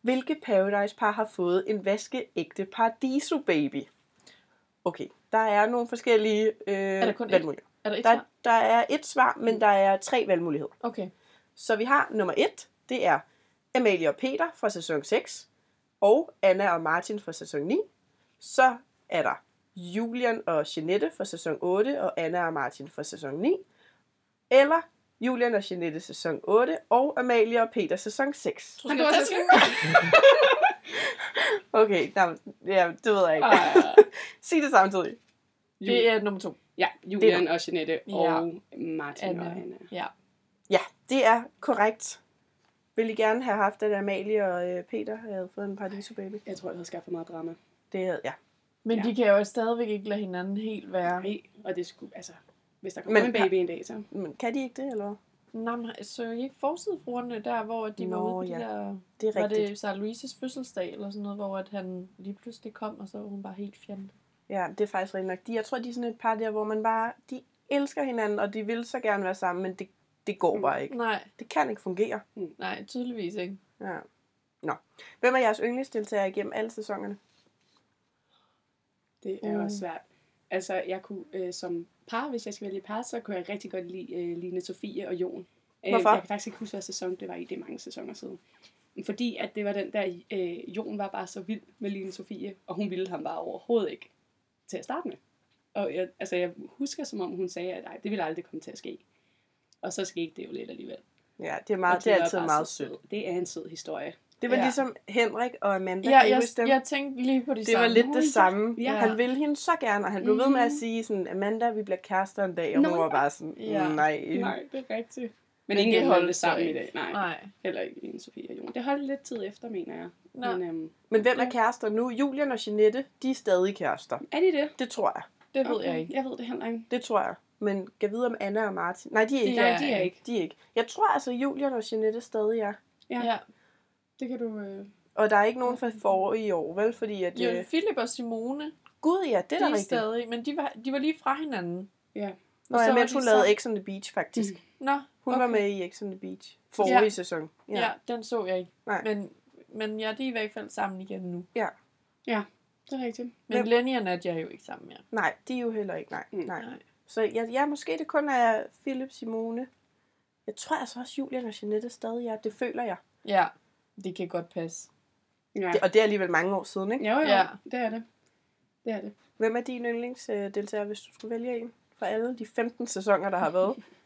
S1: Hvilke Paradise-par har fået en vaskeægte Paradiso-baby? Okay, der er nogle forskellige øh, er
S3: der kun et?
S1: valgmuligheder.
S3: Er der et
S1: Der,
S3: svar? Mm.
S1: der er et svar, men der er tre valgmuligheder.
S3: Okay.
S1: Så vi har nummer 1, det er Amalie og Peter fra sæson 6, og Anna og Martin fra sæson 9. Så er der Julian og Jeanette fra sæson 8, og Anna og Martin fra sæson 9. Eller Julian og Jeanette sæson 8, og Amalie og Peter sæson 6.
S2: Men det var så
S1: Okay, nej, ja, det ved jeg ikke.
S2: Ah,
S1: Sig det samtidig.
S3: Det er nummer to.
S2: ja, Julian og Jeanette
S3: Ja.
S2: og Martin Anna. og
S3: Anna.
S2: Anna.
S3: Ja.
S1: Ja, det er korrekt. Vil I gerne have haft, at Amalie og øh, Peter havde fået en paradiso baby?
S2: Jeg tror, det havde skabt for meget drama.
S1: Det havde, ja.
S3: Men
S2: Ja.
S3: ja. de kan jo stadigvæk ikke lade hinanden helt være.
S2: Nej, og det skulle, altså, hvis der kommer
S1: Men
S2: en baby en dag, så...
S1: Men kan de ikke det, eller hvad?
S3: Nej, men så jeg ikke forsidefruerne der, hvor de var
S1: Nå,
S3: ude på
S1: ja.
S3: de der...
S1: Det er
S3: Var
S1: rigtigt.
S3: det Sarah Louises fødselsdag eller sådan noget, hvor at han lige pludselig kom, og så var hun bare helt fjandt.
S1: Ja, det er faktisk rigtig nok. De, jeg tror, de er sådan et par der, hvor man bare, de elsker hinanden, og de vil så gerne være sammen, men det, det går
S2: Mm.
S1: bare ikke.
S3: Nej,
S1: Det kan ikke fungere.
S3: nej, tydeligvis ikke.
S1: Ja. Nå. Hvem er jeres yndlingsdeltager igennem alle sæsonerne?
S2: Det er
S3: Mm.
S2: også svært. Altså, jeg kunne øh, som par, hvis jeg skal vælge par, så kunne jeg rigtig godt lide øh, Line Sofie og Jon. Øh,
S1: Hvorfor?
S2: Jeg kan faktisk ikke huske, hvad sæson det var i. Det er mange sæsoner siden. Men Fordi at det var den der, øh, Jon var bare så vild med Line Sofie, og hun ville ham bare overhovedet ikke til at starte med. Og jeg, altså, jeg husker, som om hun sagde, at nej, det ville aldrig komme til at ske. Og så skete det jo lidt alligevel.
S1: Ja, det er,
S2: Og
S1: meget,
S2: de
S1: det er
S2: var
S1: altid
S2: bare
S1: meget
S2: så
S1: sødt.
S2: søde. Det er en sød historie.
S1: Det var
S3: Ja.
S1: ja. ligesom Henrik og Amanda.
S3: Ja,
S1: kan I
S3: jeg,
S1: huske dem?
S3: jeg tænkte lige på de
S1: det var
S3: samme.
S1: lidt det samme.
S2: Ja.
S1: Ja. Han ville hende så gerne, og han blev ved med at
S2: Mhm.
S1: sige sådan, Amanda, vi bliver kærester en dag, og
S2: Nå,
S1: hun var bare sådan,
S3: ja.
S1: nej.
S2: Nej, det er rigtigt. Men,
S3: Men
S2: Men ingen
S3: det
S2: holdt
S3: holdt
S2: det
S3: så
S2: sammen i
S3: ikke.
S2: dag. Nej,
S3: Nej.
S2: heller ikke en Sofie og Jon. Det holdt lidt tid efter, mener jeg.
S3: Nå.
S2: Men, øhm,
S1: Men hvem
S2: Ja.
S1: er kærester nu? Julian og Jeanette, de er stadig kærester.
S2: er de det?
S1: Det tror jeg.
S3: Det ved jeg ikke.
S2: Jeg ved det heller ikke.
S1: Det tror jeg. Men kan vide om Anna og Martin. Nej, de er
S3: De
S1: ikke.
S3: er
S2: Nej, de er
S3: ikke.
S2: ikke.
S1: De er ikke. Jeg tror altså, Julian og Jeanette stadig er.
S2: Ja.
S3: Ja.
S2: Det kan du... Øh...
S1: Og der er ikke nogen fra forrige år, vel? Fordi at...
S3: Mm. Jo,
S1: Øh,
S3: Philip og Simone,
S1: Gud, ja, det er
S3: de
S1: da
S3: er
S1: rigtigt.
S3: stadig, men de var, de var lige fra hinanden.
S1: Nå,
S3: Og så
S1: ja,
S3: var
S1: mens
S3: de
S1: hun lavede
S3: sammen.
S1: X on the Beach, faktisk.
S3: Nå,
S1: Hun
S3: okay.
S1: var med i X on the Beach. Forrige
S3: Ja.
S1: sæson.
S3: Ja. ja, den så jeg ikke.
S1: Nej.
S3: Men, men ja, de er i hvert fald sammen igen nu.
S2: Det er rigtigt.
S3: Men
S1: Hvem-
S3: Lenny og Nadia er jo ikke sammen mere.
S1: Nej, de er jo heller ikke. Nej,
S2: Mm.
S1: nej.
S3: Nej.
S1: Så ja, ja, måske det kun er Philip Simone. Jeg tror altså også, Julian og Jeanette stadig er. Det føler jeg.
S3: Ja, det kan godt passe.
S2: Ja.
S1: Det, og det er alligevel mange år siden, ikke?
S2: Jo, jo,
S3: Ja.
S2: ja. det er det. Det er det.
S1: Hvem er din yndlingsdeltager, hvis du skulle vælge en? Fra alle de 15 sæsoner, der har været.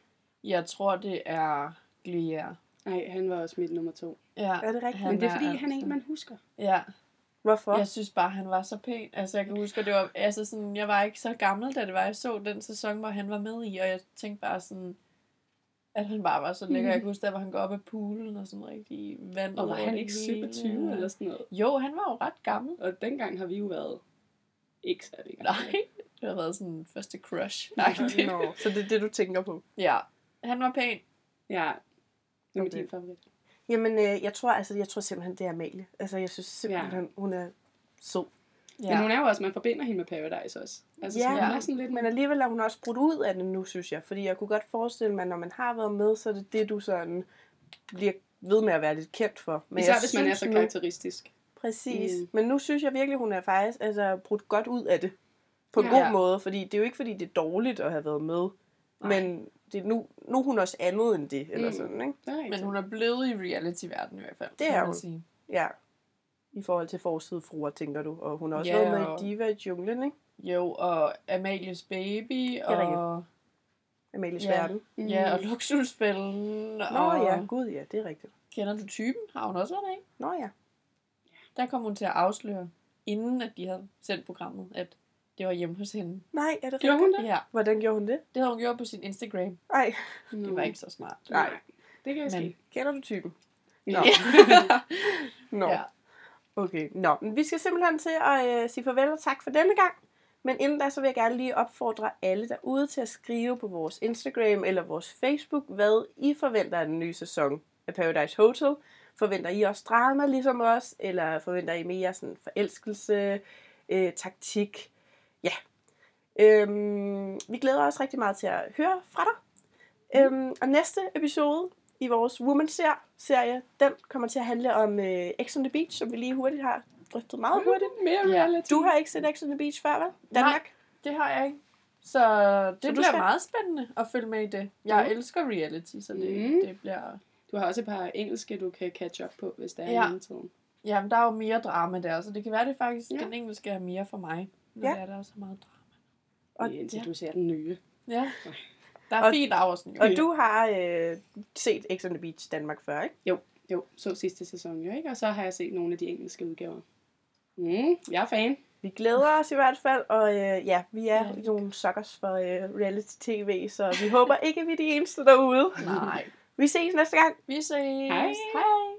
S3: Jeg tror, det er Glier.
S2: Nej, han var også mit nummer to.
S3: Ja,
S1: Er det rigtigt?
S2: Men det er, fordi
S3: altså-
S2: han er en, man husker.
S3: Ja,
S1: Hvorfor?
S3: jeg synes bare, han var så pæn. Altså, jeg kan huske, at det var, altså sådan, jeg var ikke så gammel, da det var, jeg så den sæson, hvor han var med i, og jeg tænkte bare sådan, at han bare var så lækker.
S2: Mhm.
S3: Jeg kan huske, der hvor han går op af poolen og sådan rigtig vand.
S2: Og
S3: ud
S2: var
S3: over
S2: han øh,
S3: det
S2: ikke
S3: hele,
S2: 27
S3: og-
S2: eller sådan noget?
S3: Jo, han var jo ret gammel.
S2: Og dengang har vi jo været ikke særlig gamle.
S3: Nej, det har været sådan første crush. Nej, det.
S1: Nå, så det er det, du tænker på.
S3: Ja, han var pæn.
S2: Ja, det er
S1: Okay.
S2: din favorit.
S1: Jamen, øh, jeg tror altså, jeg tror simpelthen, det er Amalie. Altså, jeg synes simpelthen, hun er sød.
S2: Ja. Men hun
S3: Ja,
S2: er jo også, man forbinder hende med Paradise også. Altså, ja.
S1: Ja.
S2: så hun er sådan lidt...
S1: Men alligevel er hun også brudt ud af det nu, synes jeg. Fordi jeg kunne godt forestille mig, at når man har været med, så er det det, du sådan bliver ved med at være lidt kendt for.
S2: Men Især
S1: jeg
S2: hvis man er
S1: synes
S2: så
S1: nu-
S2: karakteristisk.
S1: Præcis.
S2: Mm.
S1: Mm. Men nu synes jeg virkelig, hun er faktisk altså, brudt godt ud af det. På en
S2: Ja.
S1: ja. god måde. Fordi det er jo ikke, fordi det er dårligt at have været med.
S3: Nej.
S1: Nej. Men det, nu, nu er hun også andet end det, eller
S2: Mm.
S1: mm. sådan, ikke?
S2: Det er rigtigt.
S3: men hun er blevet i reality-verdenen i hvert fald.
S1: Det
S3: kan
S1: er
S3: man
S1: hun.
S3: sige.
S1: Ja. I forhold til forsidefruer, tænker du. Og hun har også
S3: Ja,
S1: ja, været med
S3: og-
S1: i Diva i junglen, ikke?
S3: Jo, og Amalies Baby, og,
S1: Amalies
S3: Ja.
S1: ja. Verden.
S2: Mm.
S3: ja, og Luksusfælden.
S1: Nå
S3: og
S1: ja, gud ja, det er rigtigt.
S3: Kender du typen? Har hun også været der, ikke?
S1: Nå ja.
S3: Der kom hun til at afsløre, inden at de havde sendt programmet, at det var hjemme hos hende.
S1: Nej, er det rigtigt?
S2: Gjorde hun det?
S3: Ja,
S1: Hvordan gjorde hun det?
S3: det havde hun gjort på sin Instagram.
S1: Ej,
S2: Nå.
S3: Det var ikke så smart.
S1: Nej.
S2: Det kan jeg
S3: Men-
S2: ske.
S1: kender du typen?
S2: Ja.
S1: Nå. Nå,
S3: ja.
S1: ja. okay. Nå, men vi skal simpelthen til at øh, sige farvel og tak for denne gang. Men inden da, så vil jeg gerne lige opfordre alle derude til at skrive på vores Instagram eller vores Facebook, hvad I forventer af den nye sæson af Paradise Hotel. Forventer I også drama ligesom os, eller forventer I mere sådan forelskelse, øh, taktik? Ja. Øhm, vi glæder os rigtig meget til at høre fra dig. Øhm, og næste episode i vores Woman Ser serie, den kommer til at handle om øh, X on the Beach, som vi lige hurtigt har drøftet meget
S2: Mhm.
S1: hurtigt.
S2: Mere
S3: Ja.
S2: reality.
S1: Du har ikke set X on the Beach før, vel? Danmark?
S3: Det har jeg ikke. Så det så
S1: du
S3: bliver skal...
S1: skal-
S3: meget spændende at følge med i det. Jeg elsker reality, så det,
S2: Mm.
S3: det bliver...
S2: Du har også et par engelske, du kan catch up på, hvis der er
S3: Ja.
S2: ja. tiden.
S3: Jamen, der er jo mere drama der, så det kan være, det faktisk ja.
S2: Ja.
S3: den engelske er mere for mig. Når
S1: Ja.
S3: ja. det er der er så meget drama.
S1: Og-
S2: Indtil
S3: ja.
S2: du ser den nye.
S3: Ja. Der er
S1: Og-
S3: fint afsnit.
S1: Og du har øh, set X on the Beach Danmark før, ikke?
S2: Jo, så sidste sæson jo, ikke? Og så har jeg set nogle af de engelske udgaver. Mm, jeg er fan.
S1: Vi glæder os i hvert fald, og øh, ja, vi er
S3: Ja.
S1: ja. nogle suckers for øh, reality-tv, så vi håber ikke, vi er de eneste derude.
S3: Nej.
S1: Vi ses næste gang.
S3: Vi ses.
S2: Hej.
S3: Hej.